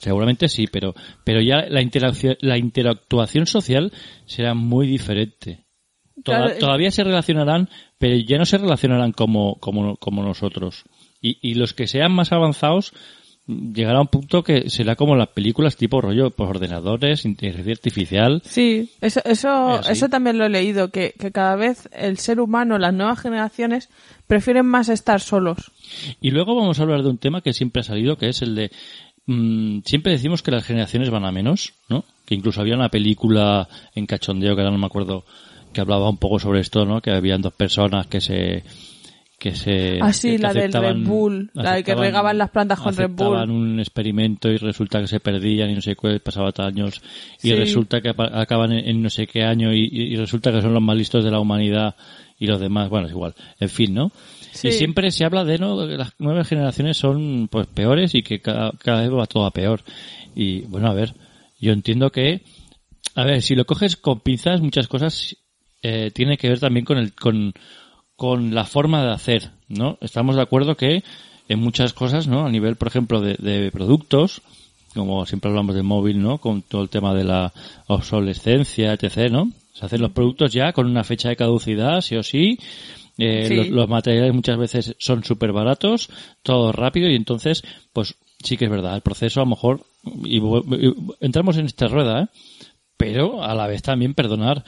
B: Seguramente sí, pero, pero ya la, interacción, la interactuación social será muy diferente. Toda-
A: Claro, eh.
B: todavía se relacionarán, pero ya no se relacionarán como, como, como nosotros. Y, y los que sean más avanzados mm, llegará a un punto que será como las películas tipo rollo por ordenadores, inteligencia artificial.
A: Sí, eso, eso,
B: Es así.
A: eso también lo he leído, que, que cada vez el ser humano, las nuevas generaciones, prefieren más estar solos.
B: Y luego vamos a hablar de un tema que siempre ha salido, que es el de... mm, siempre decimos que las generaciones van a menos, ¿no? Que incluso había una película en cachondeo, que ahora no me acuerdo, que hablaba un poco sobre esto, ¿no? Que habían dos personas que se... Que se
A: Ah, sí,
B: que
A: la del
B: aceptaban-
A: Red Bull, la de que
B: aceptaban-
A: regaban las plantas con Red Bull.
B: aceptaban un experimento y resulta que se perdían y no sé qué, pasaba tal años y
A: Sí.
B: resulta que apa- acaban en, en no sé qué año y, y- y resulta que son los más listos de la humanidad y los demás, bueno, es igual, en fin, ¿no?
A: Sí.
B: Y siempre se habla de no que las nuevas generaciones son pues peores y que cada, cada vez va todo a peor. Y bueno, a ver, yo entiendo que a ver, si lo coges con pinzas, muchas cosas eh, tiene que ver también con el con, con la forma de hacer, ¿no? Estamos de acuerdo que en muchas cosas, ¿no? A nivel, por ejemplo, de, de productos, como siempre hablamos del móvil, ¿no? Con todo el tema de la obsolescencia, etc., ¿no? Se hacen los productos ya con una fecha de caducidad, sí o sí. Eh,
A: Sí.
B: Los, los materiales muchas veces son súper baratos, todo rápido y entonces, pues sí que es verdad, el proceso a lo mejor, y vu- y entramos en esta rueda, ¿eh? pero a la vez también perdonar.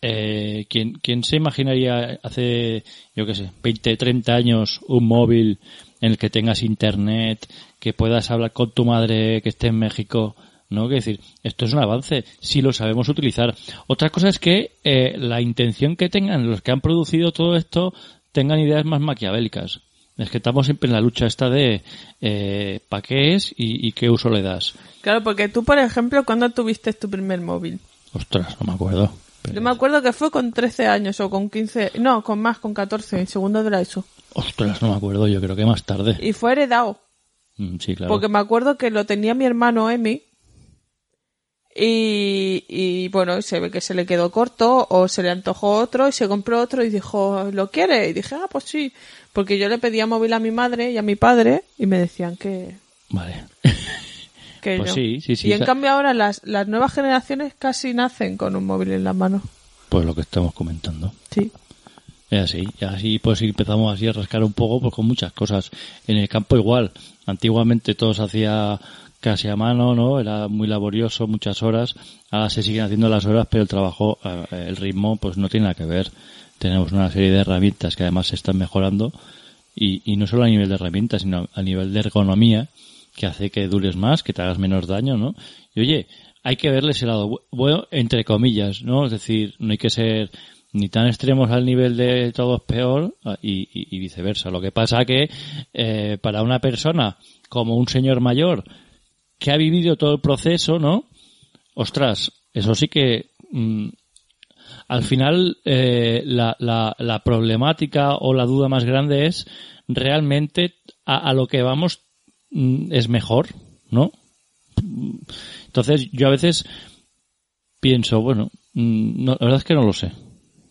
B: Eh, ¿quién, quién se imaginaría hace, yo qué sé, 20, 30 años un móvil en el que tengas internet, que puedas hablar con tu madre que esté en México? ¿No? Que decir, esto es un avance, si lo sabemos utilizar. Otra cosa es que eh, la intención que tengan los que han producido todo esto tengan ideas más maquiavélicas. Es que estamos siempre en la lucha esta de eh, pa' qué es y, y qué uso le das.
A: Claro, porque tú, por ejemplo, ¿cuándo tuviste tu primer móvil?
B: Ostras, no me acuerdo.
A: Yo me acuerdo que fue con 13 años o con 15, no, con más, con 14, en segundo de la ESO.
B: Ostras, no me acuerdo, yo creo que más tarde.
A: Y fue heredado,
B: Mm, Sí, claro.
A: porque me acuerdo que lo tenía mi hermano Emi. Y, y bueno, se ve que se le quedó corto o se le antojó otro y se compró otro y dijo, ¿lo quiere? Y dije, ah, pues sí. Porque yo le pedía móvil a mi madre y a mi padre y me decían que,
B: Vale.
A: que
B: Pues
A: no.
B: sí, sí, sí,
A: y en
B: esa-
A: cambio ahora las, las nuevas generaciones casi nacen con un móvil en la mano.
B: Pues lo que estamos comentando.
A: Sí.
B: Es así, y así pues empezamos así a rascar un poco pues con muchas cosas. En el campo igual, antiguamente todo se hacía casi a mano, ¿no? Era muy laborioso, muchas horas. Ahora se siguen haciendo las horas, pero el trabajo, eh, el ritmo pues no tiene nada que ver. Tenemos una serie de herramientas que además se están mejorando y, y no solo a nivel de herramientas, sino a nivel de ergonomía que hace que dures más, que te hagas menos daño, ¿no? Y oye, hay que verles el lado bu- bueno, entre comillas, ¿no? Es decir, no hay que ser ni tan extremos al nivel de todo es peor ah, y, y- y viceversa. Lo que pasa que eh, para una persona como un señor mayor que ha vivido todo el proceso, ¿no? Ostras, eso sí que mm, al final eh, la, la- la problemática o la duda más grande es realmente a, a lo que vamos mm, es mejor, ¿no? Mm, Entonces yo a veces pienso, bueno, mm, no, la verdad es que no lo sé.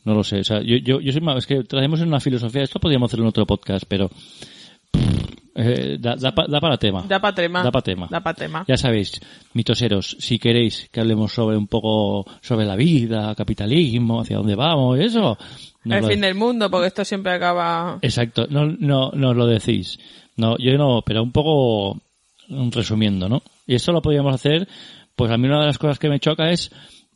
B: No lo sé. O sea, yo, yo, yo soy más, es que traemos en una filosofía, esto podríamos hacer en otro podcast, pero pff, eh, da, da pa- da para tema.
A: Da pa' tema.
B: Da pa' tema.
A: Da pa' tema.
B: Ya sabéis, mitoseros, si queréis que hablemos sobre un poco sobre la vida, capitalismo, hacia dónde vamos, eso. nos
A: el
B: lo-
A: fin del mundo, porque esto siempre acaba.
B: Exacto, no, no, no os lo decís. No, yo no, pero un poco mm, resumiendo, ¿no? Y esto lo podríamos hacer, pues a mí una de las cosas que me choca es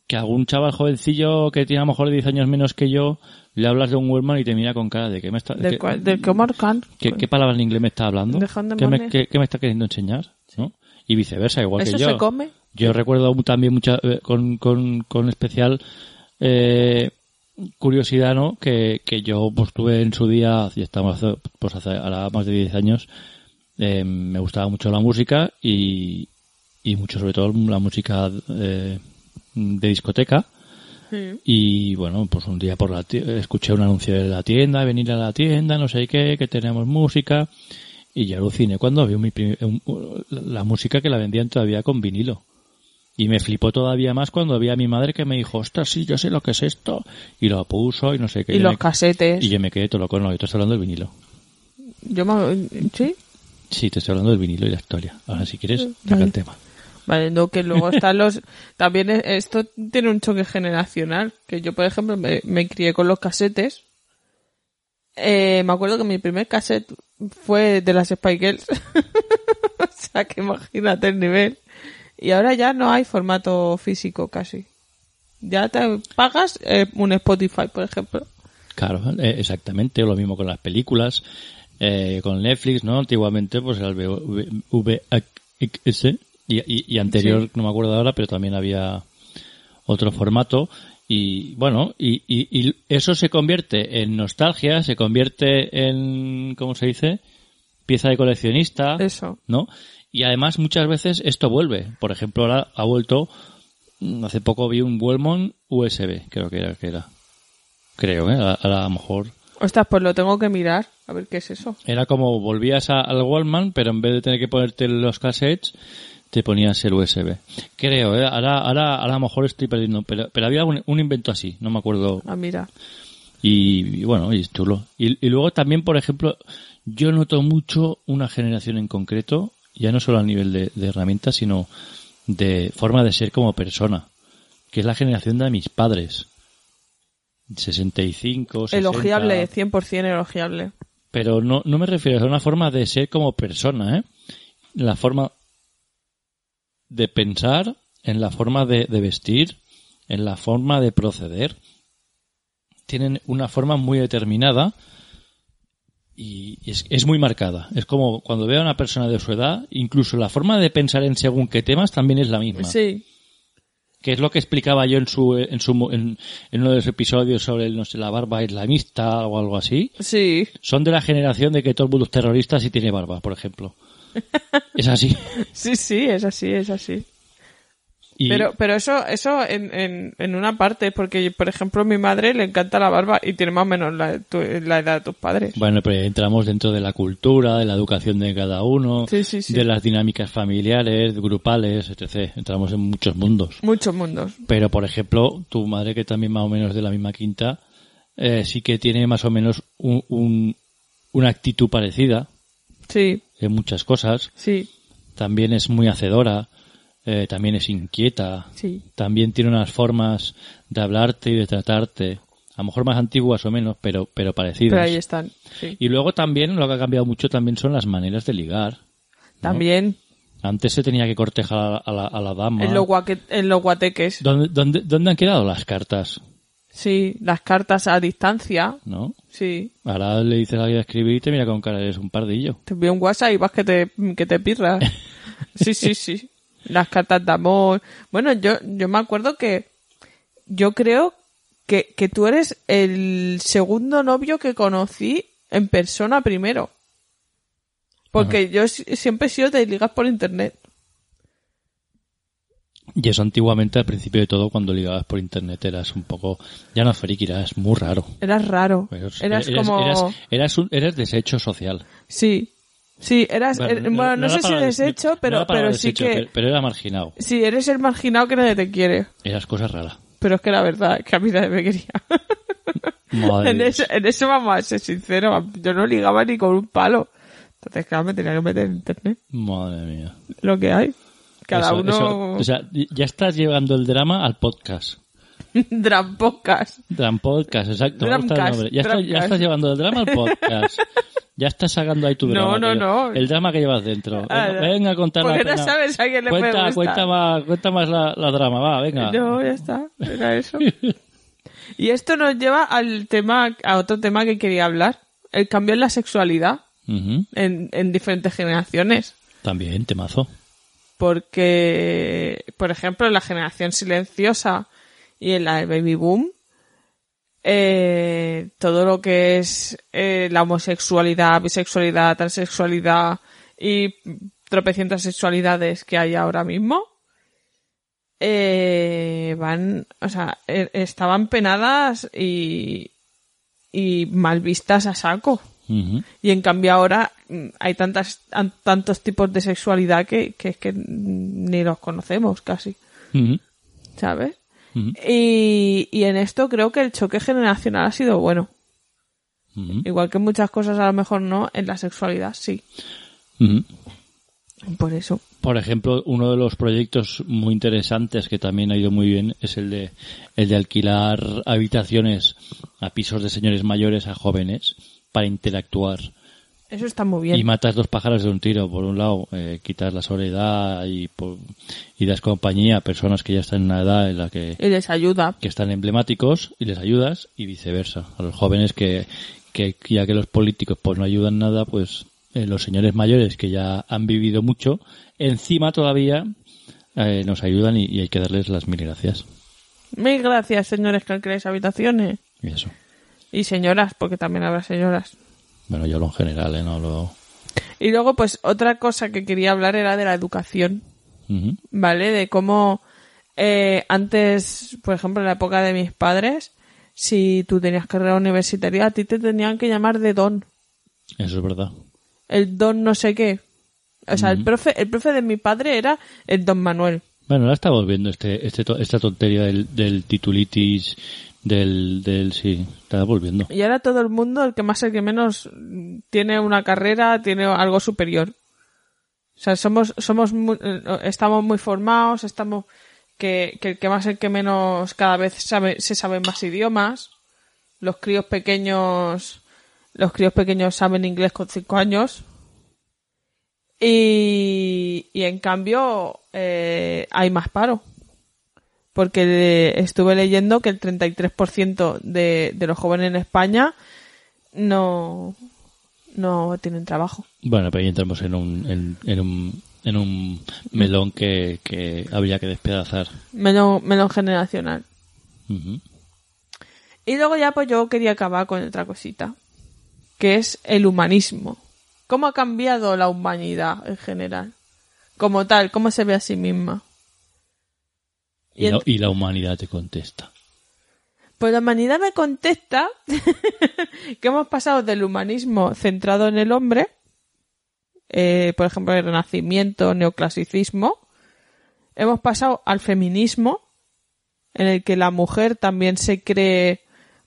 B: que algún chaval jovencillo que tiene a lo mejor 10 años menos que yo, le hablas de un Wellman y te mira con cara de que me está...
A: Del,
B: que-
A: cual- del que Omar Khan-
B: ¿Qué, qué palabra en inglés me está hablando?
A: Dejando
B: ¿Qué me,
A: manes.
B: qué- qué me está queriendo enseñar? ¿No? Y viceversa, igual
A: ¿Eso
B: que yo.
A: se come?
B: Yo recuerdo mu- también mucha, eh, con, con, con especial eh, curiosidad, ¿no? Que, que yo pues, tuve en su día, y estamos hace, pues, hace ahora más de 10 años, eh, me gustaba mucho la música y, y mucho sobre todo la música eh, de discoteca.
A: Sí.
B: Y bueno, pues un día por la ti- escuché un anuncio de la tienda, venir a la tienda, no sé qué, que tenemos música. Y yo aluciné cuando vi mi prim- un- la música que la vendían todavía con vinilo. Y me flipó todavía más cuando vi a mi madre que me dijo, ostras, sí, yo sé lo que es esto. Y lo puso y no sé qué.
A: Y
B: yo
A: los
B: me-
A: casetes.
B: Y yo me quedé todo loco. No, yo te estoy hablando del vinilo.
A: Yo me... ¿Sí?
B: Sí, te estoy hablando del vinilo y la historia. Ahora, si quieres, saca
A: Mm, vale.
B: el tema.
A: Vale, no, que luego están los... También es- esto tiene un choque generacional. Que yo, por ejemplo, me, me crié con los casetes. Eh, me acuerdo que mi primer cassette fue de las Spy Girls. o sea, que imagínate el nivel. Y ahora ya no hay formato físico casi. Ya te pagas eh, un Spotify, por ejemplo.
B: Claro, eh, exactamente, lo mismo con las películas, eh, con Netflix, ¿no? Antiguamente, pues era el V- V- VHS y, y- y anterior, no me acuerdo ahora, pero también había otro formato y bueno, y, y- y eso se convierte en nostalgia, se convierte en, ¿cómo se dice? Pieza de coleccionista.
A: Eso.
B: ¿no? Y además muchas veces esto vuelve. Por ejemplo, ahora ha vuelto, mm, hace poco vi un Wellmon USB, creo que era. Que era. Creo, ¿eh? A, a lo mejor.
A: Ostras, pues lo tengo que mirar. A ver qué es eso.
B: Era como volvías a- al Wallman, pero en vez de tener que ponerte los cassettes, te ponías el USB. Creo, ¿eh? ahora, ahora a lo mejor estoy perdiendo, pero, pero había un, un invento así, no me acuerdo.
A: Ah, mira.
B: Y, y bueno, y es chulo. Y, y luego también, por ejemplo, yo noto mucho una generación en concreto, ya no solo a nivel de, de herramientas, sino de forma de ser como persona, que es la generación de mis padres. 65, 60,
A: Elogiable, 100% elogiable.
B: pero no, no me refiero a una forma de ser como persona, ¿eh? La forma de pensar, en la forma de, de vestir, en la forma de proceder. Tienen una forma muy determinada y es, es muy marcada. Es como cuando veo a una persona de su edad, incluso la forma de pensar en según qué temas también es la misma
A: Sí,
B: que es lo que explicaba yo en su en su en, en uno de los episodios sobre no sé la barba islamista o algo así
A: sí.
B: son de la generación de que todo el mundo es terrorista si tiene barba, por ejemplo. Es así.
A: Sí, sí, es así, es así.
B: Y,
A: Pero, pero eso, eso en, en, en una parte, porque por ejemplo a mi madre le encanta la barba y tiene más o menos la, tu- la edad de tus padres.
B: Bueno, pero entramos dentro de la cultura, de la educación de cada uno,
A: Sí, sí, sí.
B: de las dinámicas familiares, grupales, etc. Entramos en muchos mundos.
A: Muchos mundos.
B: Pero, por ejemplo, tu madre, que también más o menos de la misma quinta, eh, sí que tiene más o menos un- un- una actitud parecida
A: Sí,
B: en muchas cosas.
A: sí,
B: También es muy hacedora, eh, también es inquieta,
A: sí.
B: también tiene unas formas de hablarte y de tratarte, a lo mejor más antiguas o menos, pero, pero parecidas.
A: Pero ahí están. Sí.
B: Y luego también lo que ha cambiado mucho también son las maneras de ligar.
A: También
B: Antes se tenía que cortejar a la, a la- a la dama.
A: en los, guaque- en los guateques.
B: ¿Dónde, dónde, dónde han quedado las cartas?
A: Sí, las cartas a distancia.
B: ¿No?
A: Sí.
B: Ahora le dices a alguien a escribir y te mira con cara, eres un pardillo.
A: Te envío un WhatsApp y vas que te, que te pirras. Sí, sí, sí. Las cartas de amor. Bueno, yo, yo me acuerdo que yo creo que, que tú eres el segundo novio que conocí en persona primero. Porque yo si- siempre he sido de ligas por internet.
B: Y eso antiguamente, al principio de todo, cuando ligabas por internet, eras un poco, ya no friki, eras muy raro.
A: Eras raro.
B: Eras,
A: Eras
B: eras-
A: como...
B: eras- eras un- eras desecho social.
A: Sí. Sí, eras...
B: Eh,
A: er- Bueno, no,
B: era
A: sé si
B: palabra des-
A: deshecho,
B: no
A: pero,
B: era palabra
A: pero sí
B: deshecho,
A: que...
B: Pero, pero era marginado.
A: Sí, eres el marginado que nadie te quiere.
B: Eras cosas raras.
A: Pero es que la verdad es que a mí nadie me quería.
B: Madre
A: En
B: mía.
A: eso, en eso vamos a ser sinceros. Yo no ligaba ni con un palo. Entonces, claro, me tenía que meter en internet.
B: Madre mía.
A: Lo que hay. Cada
B: Eso-
A: uno
B: eso- o sea, ya estás llevando el drama al podcast.
A: dran podcast.
B: Dram podcast, exacto. me gusta el
A: Dramcast,
B: nombre. Ya, estás, ya
A: Dramcast.
B: estás llevando el drama al podcast. Ya estás sacando ahí tu
A: No,
B: drama.
A: no,
B: que lleva-
A: no.
B: El drama que llevas dentro.
A: Ah,
B: Venga, venga a contar la
A: porque no
B: pena.
A: sabes a quién le puede
B: cuenta,
A: gustar.
B: cuenta más, cuenta más la, la drama, va, venga.
A: No, ya está. Era eso. y esto nos lleva al tema, a otro tema que quería hablar. El cambio en la sexualidad
B: Ujú.
A: en, en diferentes generaciones.
B: También, temazo.
A: porque, por ejemplo, en la generación silenciosa y en la del baby boom, eh, todo lo que es eh, la homosexualidad, bisexualidad, transexualidad y tropecientas sexualidades que hay ahora mismo, eh, van, o sea, eh, estaban penadas y, y mal vistas a saco.
B: Ujú.
A: Y en cambio ahora mm, hay tantas, tan- tantos tipos de sexualidad que, que es que mm, ni los conocemos casi.
B: Ujú,
A: ¿sabes?
B: ujú,
A: Y, y en esto creo que el choque generacional ha sido bueno.
B: ujú,
A: Igual que en muchas cosas a lo mejor no, en la sexualidad sí.
B: ujú.
A: Por eso.
B: Por ejemplo, uno de los proyectos muy interesantes que también ha ido muy bien es el de el de alquilar habitaciones a pisos de señores mayores a jóvenes para interactuar
A: Eso está muy bien.
B: y matas dos pájaros de un tiro. Por un lado, eh, quitas la soledad y, por- y das compañía a personas que ya están en una edad en la que
A: Y les ayuda.
B: que están emblemáticos y les ayudas y viceversa. A los jóvenes que, que ya que los políticos pues no ayudan nada, pues eh, los señores mayores que ya han vivido mucho, encima todavía eh, nos ayudan y, y hay que darles las mil gracias.
A: Mil gracias, señores que alquiláis habitaciones.
B: Y eso.
A: Y señoras, porque también habrá señoras.
B: Bueno, yo hablo en general, ¿eh? No lo...
A: Y luego, pues, otra cosa que quería hablar era de la educación,
B: Ujú,
A: ¿vale? De cómo eh, antes, por ejemplo, en la época de mis padres, si tú tenías carrera universitaria, a ti te tenían que llamar de don.
B: Eso es verdad.
A: El don no sé qué. O sea, el profe, el profe de mi padre era el don Manuel.
B: Bueno, ahora estamos viendo este, este, to- esta tontería del, del titulitis, del, del, sí, está volviendo.
A: Y ahora todo el mundo, el que más, el que menos, mm, tiene una carrera, tiene algo superior. O sea, somos, somos, mu- eh, estamos muy formados, estamos, que, que el que más, el que menos, cada vez sabe, se saben más idiomas. Los críos pequeños, los críos pequeños saben inglés con cinco años. Y, y en cambio, eh, hay más paro. Porque de- estuve leyendo que el 33% de, de los jóvenes en España no, no tienen trabajo.
B: Bueno, pero ahí entramos en un, en, en un, en un melón que, que habría que despedazar.
A: Menos, menos generacional.
B: Ujú.
A: Y luego ya pues yo quería acabar con otra cosita, que es el humanismo. ¿Cómo ha cambiado la humanidad en general? Como tal, ¿cómo se ve a sí misma?
B: y,
A: Y
B: la,
A: ent-
B: y la humanidad te contesta.
A: Pues la humanidad me contesta que hemos pasado del humanismo centrado en el hombre, eh, por ejemplo, el renacimiento, neoclasicismo, hemos pasado al feminismo, en el que la mujer también se cree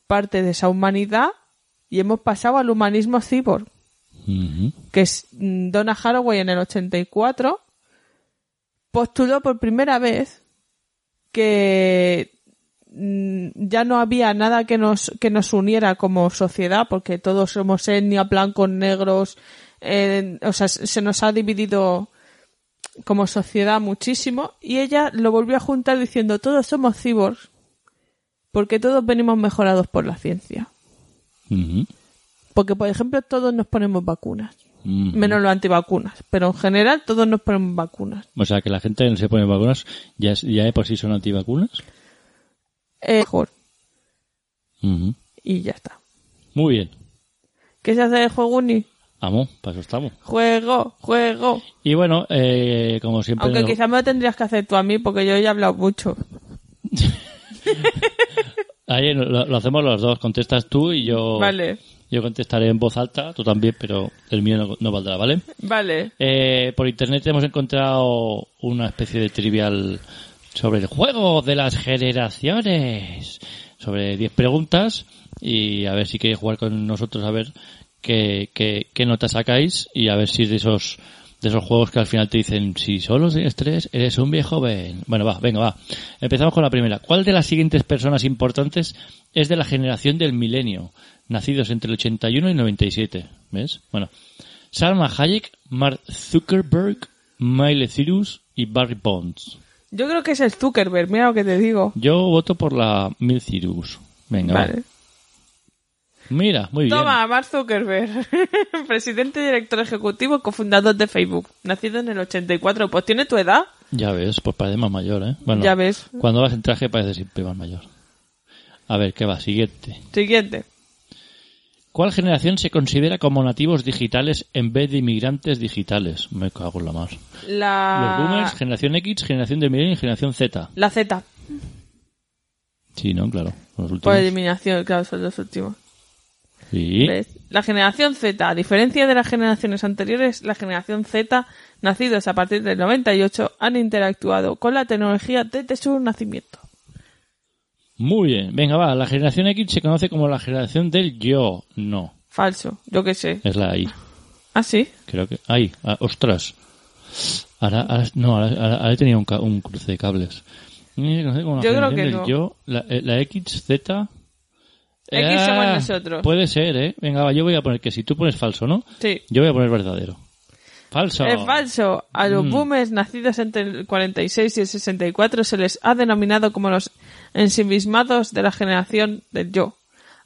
A: parte de esa humanidad, y hemos pasado al humanismo cyborg,
B: Ujú.
A: que es mm, Donna Haraway en el 84, postuló por primera vez que mm, ya no había nada que nos, que nos uniera como sociedad, porque todos somos etnia, blancos, negros, eh, o sea, se se nos ha dividido como sociedad muchísimo, y ella lo volvió a juntar diciendo, todos somos cyborgs, porque todos venimos mejorados por la ciencia.
B: Ujú.
A: Porque, por ejemplo, todos nos ponemos vacunas
B: Ujú.
A: menos los antivacunas. Pero en general todos nos ponemos vacunas.
B: O sea, que la gente no se pone vacunas, ya, es- ya de por sí son antivacunas.
A: Eh, mejor.
B: Ujú.
A: Y ya está.
B: Muy bien.
A: ¿Qué se hace de juego uni?
B: Amo, para eso estamos.
A: Juego, juego.
B: Y bueno, eh, como siempre...
A: Aunque
B: nos-
A: quizás me lo tendrías que hacer tú a mí porque yo ya he hablado mucho.
B: Ayer lo, lo hacemos los dos, contestas tú y yo...
A: Vale,
B: Yo contestaré en voz alta, tú también, pero el mío no, no valdrá, ¿vale?
A: vale.
B: Eh, por internet hemos encontrado una especie de trivial sobre el juego de las generaciones. Sobre 10 preguntas y a ver si queréis jugar con nosotros a ver qué, qué, qué nota sacáis y a ver si de esos de esos juegos que al final te dicen si solo tienes tres eres un viejo joven. Bueno, va, venga, va. Empezamos con la primera. ¿Cuál de las siguientes personas importantes es de la generación del milenio? Nacidos entre el 81 y 97. ¿Ves? Bueno. Salma Hayek, Mark Zuckerberg, Miley Cyrus y Barry Bonds.
A: Yo creo que es el Zuckerberg, mira lo que te digo.
B: Yo voto por la Miley Cyrus. Venga, va.
A: Vale.
B: Mira, muy bien.
A: Toma, Mark Zuckerberg, presidente, director ejecutivo, cofundador de Facebook, nacido en el 84. Pues tiene tu edad.
B: Ya ves, pues parece más mayor, ¿eh? Bueno,
A: Ya ves.
B: Cuando vas en traje parece siempre más mayor. A ver, ¿qué va? Siguiente.
A: Siguiente.
B: ¿Cuál generación se considera como nativos digitales en vez de inmigrantes digitales? Me cago en la mar. Los
A: La,
B: boomers, generación X, generación del milenio y generación Z.
A: la Z,
B: Sí, ¿no? Claro. Los
A: Pues,
B: últimos.
A: por eliminación, claro, son los últimos.
B: Sí.
A: ¿Ves? La generación Z, a diferencia de las generaciones anteriores, la generación Z, nacidos a partir del 98, han interactuado con la tecnología desde su nacimiento.
B: Muy bien. Venga, va. La generación X se conoce como la generación del yo. No.
A: Falso, yo qué sé.
B: Es la I.
A: ¿Ah, sí?
B: Creo que. ¡Ay! ah, ¡Ostras! Ahora, ahora- no, ahora, ahora- ahora he tenido un, ca- un cruce de cables. Mm, no sé cómo la
A: Yo creo
B: generación
A: que
B: del
A: no.
B: Yo, la, eh, la X, Z. Ah,
A: X somos nosotros.
B: Puede ser, ¿eh? Venga, va, yo voy a poner que si tú pones falso, ¿no?
A: Sí.
B: Yo voy a poner verdadero. Falso.
A: Es falso. A
B: Mm.
A: los boomers nacidos entre el 46 y el 64 se les ha denominado como los ensimismados de la generación del yo.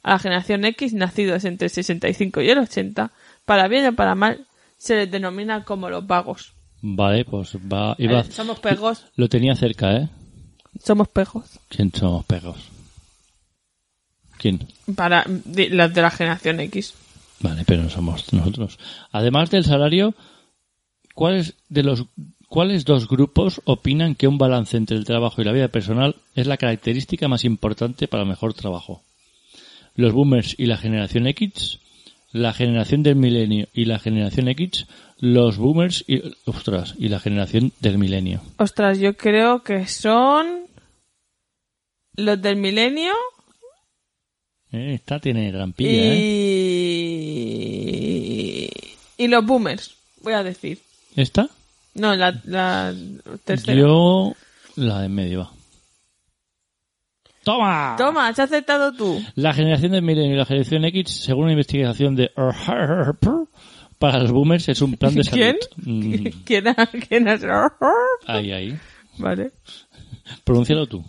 A: A la generación X, nacidos entre el 65 y el 80, para bien o para mal, se les denomina como los vagos.
B: Vale, pues va. iba-
A: Eh, somos pegos.
B: Lo tenía cerca, ¿eh?
A: Somos pejos.
B: ¿Quién somos perros? ¿Quién?
A: Para de- las de la generación X.
B: Vale, pero no somos nosotros. Además del salario, ¿cuáles de los cuáles dos grupos opinan que un balance entre el trabajo y la vida personal es la característica más importante para el mejor trabajo? Los boomers y la generación X, la generación del milenio y la generación X, los boomers y ostras, y la generación del milenio.
A: Ostras, yo creo que son los del milenio
B: Eh, esta tiene
A: y...
B: trampilla, ¿eh?
A: y los boomers, voy a decir.
B: Esta
A: No, la, la tercera.
B: yo la de en medio va. Toma.
A: Toma, te has aceptado tú.
B: La generación del milenio y la generación X, según una investigación de Erharper, para los boomers es un plan de salud.
A: ¿Quién?
B: Mm,
A: ¿Quién, ha- quién has-
B: ahí, ahí.
A: Vale.
B: Pronúncialo tú.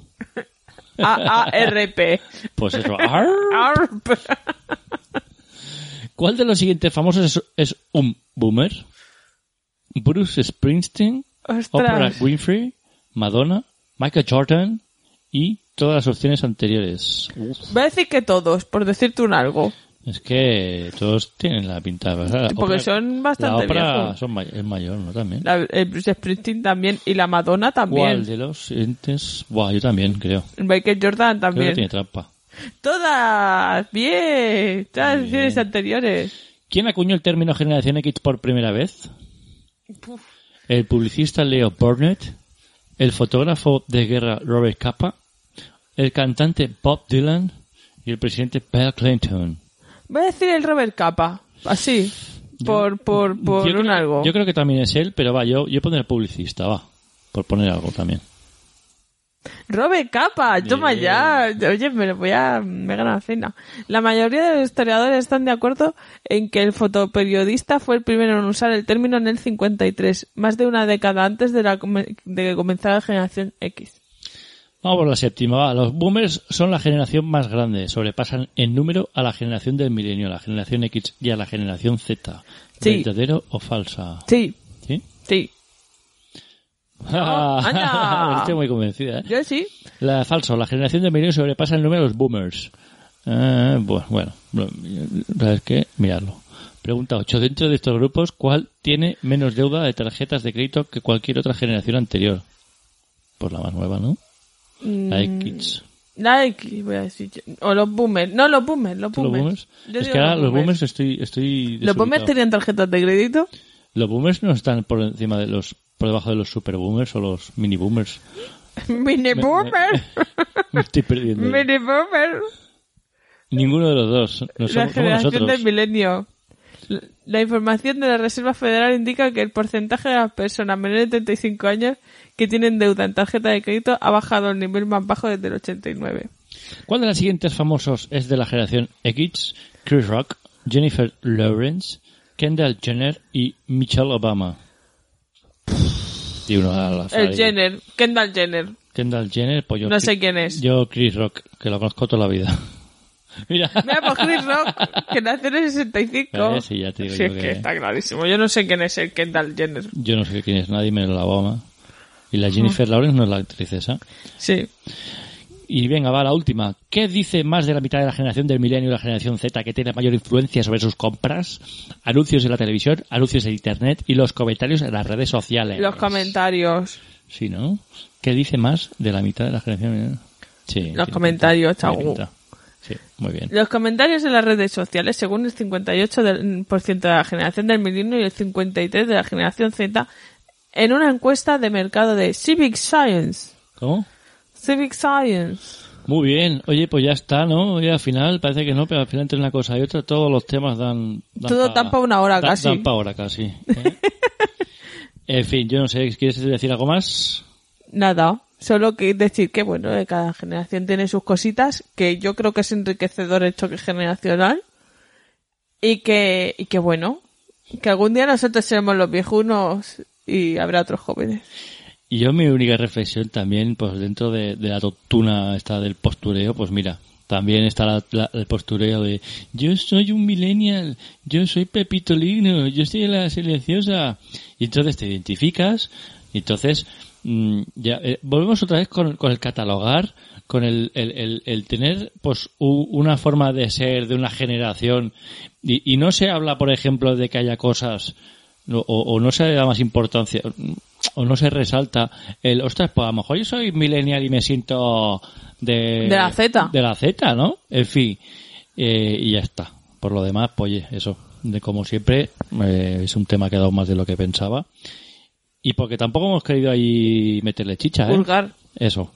A: A-A-R-P.
B: Pues eso. Ar.
A: Arp.
B: ¿Cuál de los siguientes famosos es, es un boomer? Bruce Springsteen, Oprah
A: Ostras.
B: Winfrey, Madonna, Michael Jordan y todas las opciones anteriores. Uf,
A: Voy a decir que todos, por decirte un algo.
B: Es que todos tienen la pinta. o sea, la
A: Porque
B: Oprah-
A: son bastante
B: La Oprah
A: viejos.
B: son may- es mayor, ¿no? También.
A: La, el Bruce Springsteen también y la Madonna
B: ¿Cuál
A: también.
B: de los siguientes? Buah, yo también creo.
A: El Michael Jordan
B: Creo que
A: también.
B: tiene trampa.
A: Todas. Bien. Todas las ediciones anteriores.
B: ¿Quién acuñó el término generación X por primera vez? El publicista Leo Burnett, el fotógrafo de guerra Robert Capa, el cantante Bob Dylan y el presidente Bill Clinton.
A: Voy a decir el Robert Capa. Así. Por, por, por
B: yo
A: un
B: creo,
A: algo.
B: Yo creo que también es él, pero va, yo, yo pondré el publicista, va. Por poner algo también.
A: Robe capa, toma
B: Bien.
A: ya. Oye, me lo voy a. Me gana la cena. La mayoría de los historiadores están de acuerdo en que el fotoperiodista fue el primero en usar el término en el 53, más de una década antes de, la, come- de que comenzara la generación X.
B: Vamos por la séptima. va. Los boomers son la generación más grande. Sobrepasan en número a la generación del milenio, a la generación X y a la generación Z.
A: Sí.
B: ¿Verdadero o falsa?
A: Sí,
B: ¿Sí?
A: sí. Ah, anda.
B: Estoy muy convencida. ¿eh?
A: Yo sí.
B: La falso. La generación del milenio sobrepasa el número de los boomers. Eh, bu- bueno, ¿sabes qué? Miradlo. Pregunta 8. Dentro de estos grupos, ¿cuál tiene menos deuda de tarjetas de crédito que cualquier otra generación anterior? Pues la más nueva, ¿no? La
A: Mm,
B: X.
A: La X, voy a decir. yo. O los boomers. No, los boomers, los
B: ¿Tú los
A: boomers.
B: boomers?
A: Yo
B: Es
A: digo
B: que ahora los
A: boomers.
B: boomers estoy... estoy
A: ¿Los boomers
B: desubicado.
A: tenían tarjetas de crédito?
B: Los boomers no están por encima de los... por debajo de los super boomers o los mini boomers.
A: Mini boomer.
B: Me estoy perdiendo.
A: Mini boomer.
B: Ninguno de los dos.
A: la
B: No somos, somos
A: generación
B: nosotros.
A: del milenio. La- La información de la Reserva Federal indica que el porcentaje de las personas menores de 35 años que tienen deuda en tarjeta de crédito ha bajado al nivel más bajo desde el 89.
B: ¿Cuál de los siguientes famosos es de la generación X? Chris Rock, Jennifer Lawrence, Kendall Jenner y Michelle Obama. Y uno a la
A: El
B: Ferrari.
A: Jenner, Kendall Jenner.
B: Kendall Jenner, pues yo.
A: No
B: Chris-
A: sé quién es.
B: Yo, Chris Rock, que lo conozco toda la vida. Mira.
A: Mira, pues Chris Rock, que nació en el 65.
B: Vale, sí, ya te digo
A: Sí,
B: yo
A: es que
B: que-
A: está clarísimo. Yo no sé quién es el Kendall Jenner.
B: Yo no sé quién es nadie menos la Obama. Y la Jennifer Lawrence no es la actriz esa.
A: Sí.
B: Y venga, va la última. ¿Qué dice más de la mitad de la generación del milenio y la generación Z que tiene mayor influencia sobre sus compras? Anuncios en la televisión, anuncios en internet y los comentarios en las redes sociales.
A: Los comentarios.
B: Sí, ¿no? ¿Qué dice más de la mitad de la generación? Sí.
A: Los
B: tiene
A: comentarios,
B: pinta,
A: chau.
B: tiene pinta. Sí, muy bien.
A: Los comentarios en las redes sociales, según el 58% de la generación del milenio y el 53% de la generación Z, en una encuesta de mercado de Civic Science.
B: ¿Cómo?
A: Civic Science.
B: Muy bien. Oye, pues ya está, ¿no? Oye, al final parece que no, pero al final entre una cosa y otra todos los temas dan... dan
A: Todo
B: pa-
A: dan pa una hora
B: dan-
A: casi.
B: Dan para hora casi. ¿eh? en fin, yo no sé, ¿quieres decir algo más?
A: Nada, solo que decir que, bueno, eh, cada generación tiene sus cositas, que yo creo que es enriquecedor el choque generacional y que, y que bueno, que algún día nosotros seremos los viejunos y habrá otros jóvenes.
B: Y yo mi única reflexión también, pues dentro de, de la totuna esta del postureo, pues mira, también está la- la- el postureo de yo soy un millennial, yo soy Pepito Ligno, yo soy la silenciosa. Y entonces te identificas, y entonces mm, ya eh, volvemos otra vez con, con el catalogar, con el, el, el- el tener pues u- una forma de ser de una generación. Y, y no se habla, por ejemplo, de que haya cosas no- o, o no se le da más importancia o no se resalta el ostras pues a lo mejor yo soy millennial y me siento de
A: De la Z.
B: de la Z no en fin eh, y ya está por lo demás pues oye, eso de como siempre eh, es un tema que ha dado más de lo que pensaba y porque tampoco hemos querido ahí meterle chicha ¿eh?
A: Vulgar.
B: Eso.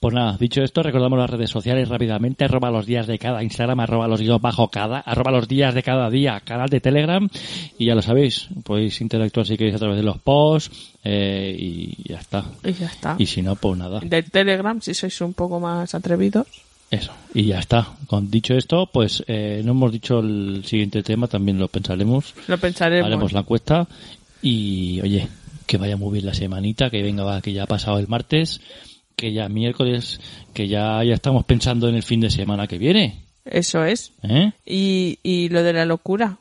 B: Pues nada, dicho esto, recordamos las redes sociales rápidamente. Arroba los días de cada Instagram, arroba los guión bajo cada, arroba los días de cada día, canal de Telegram. Y ya lo sabéis, podéis interactuar si queréis a través de los posts eh, y ya está.
A: Y ya está.
B: Y si no, pues nada.
A: Del Telegram, si sois un poco más atrevidos.
B: Eso. Y ya está. Con dicho esto, pues eh, no hemos dicho el siguiente tema, también lo pensaremos.
A: Lo pensaremos.
B: Haremos la encuesta. Y oye, que vaya muy bien la semanita, que venga, va, que ya ha pasado el martes, que ya miércoles, que ya, ya estamos pensando en el fin de semana que viene.
A: Eso es.
B: ¿Eh?
A: Y, y lo de la locura.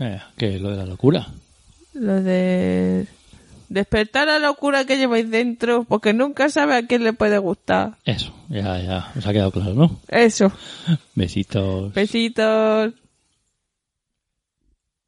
B: Eh, que lo de la locura.
A: Lo de despertar la locura que lleváis dentro, porque nunca sabe a quién le puede gustar.
B: Eso, ya, ya, os ha quedado claro, ¿no?
A: Eso.
B: Besitos.
A: Besitos.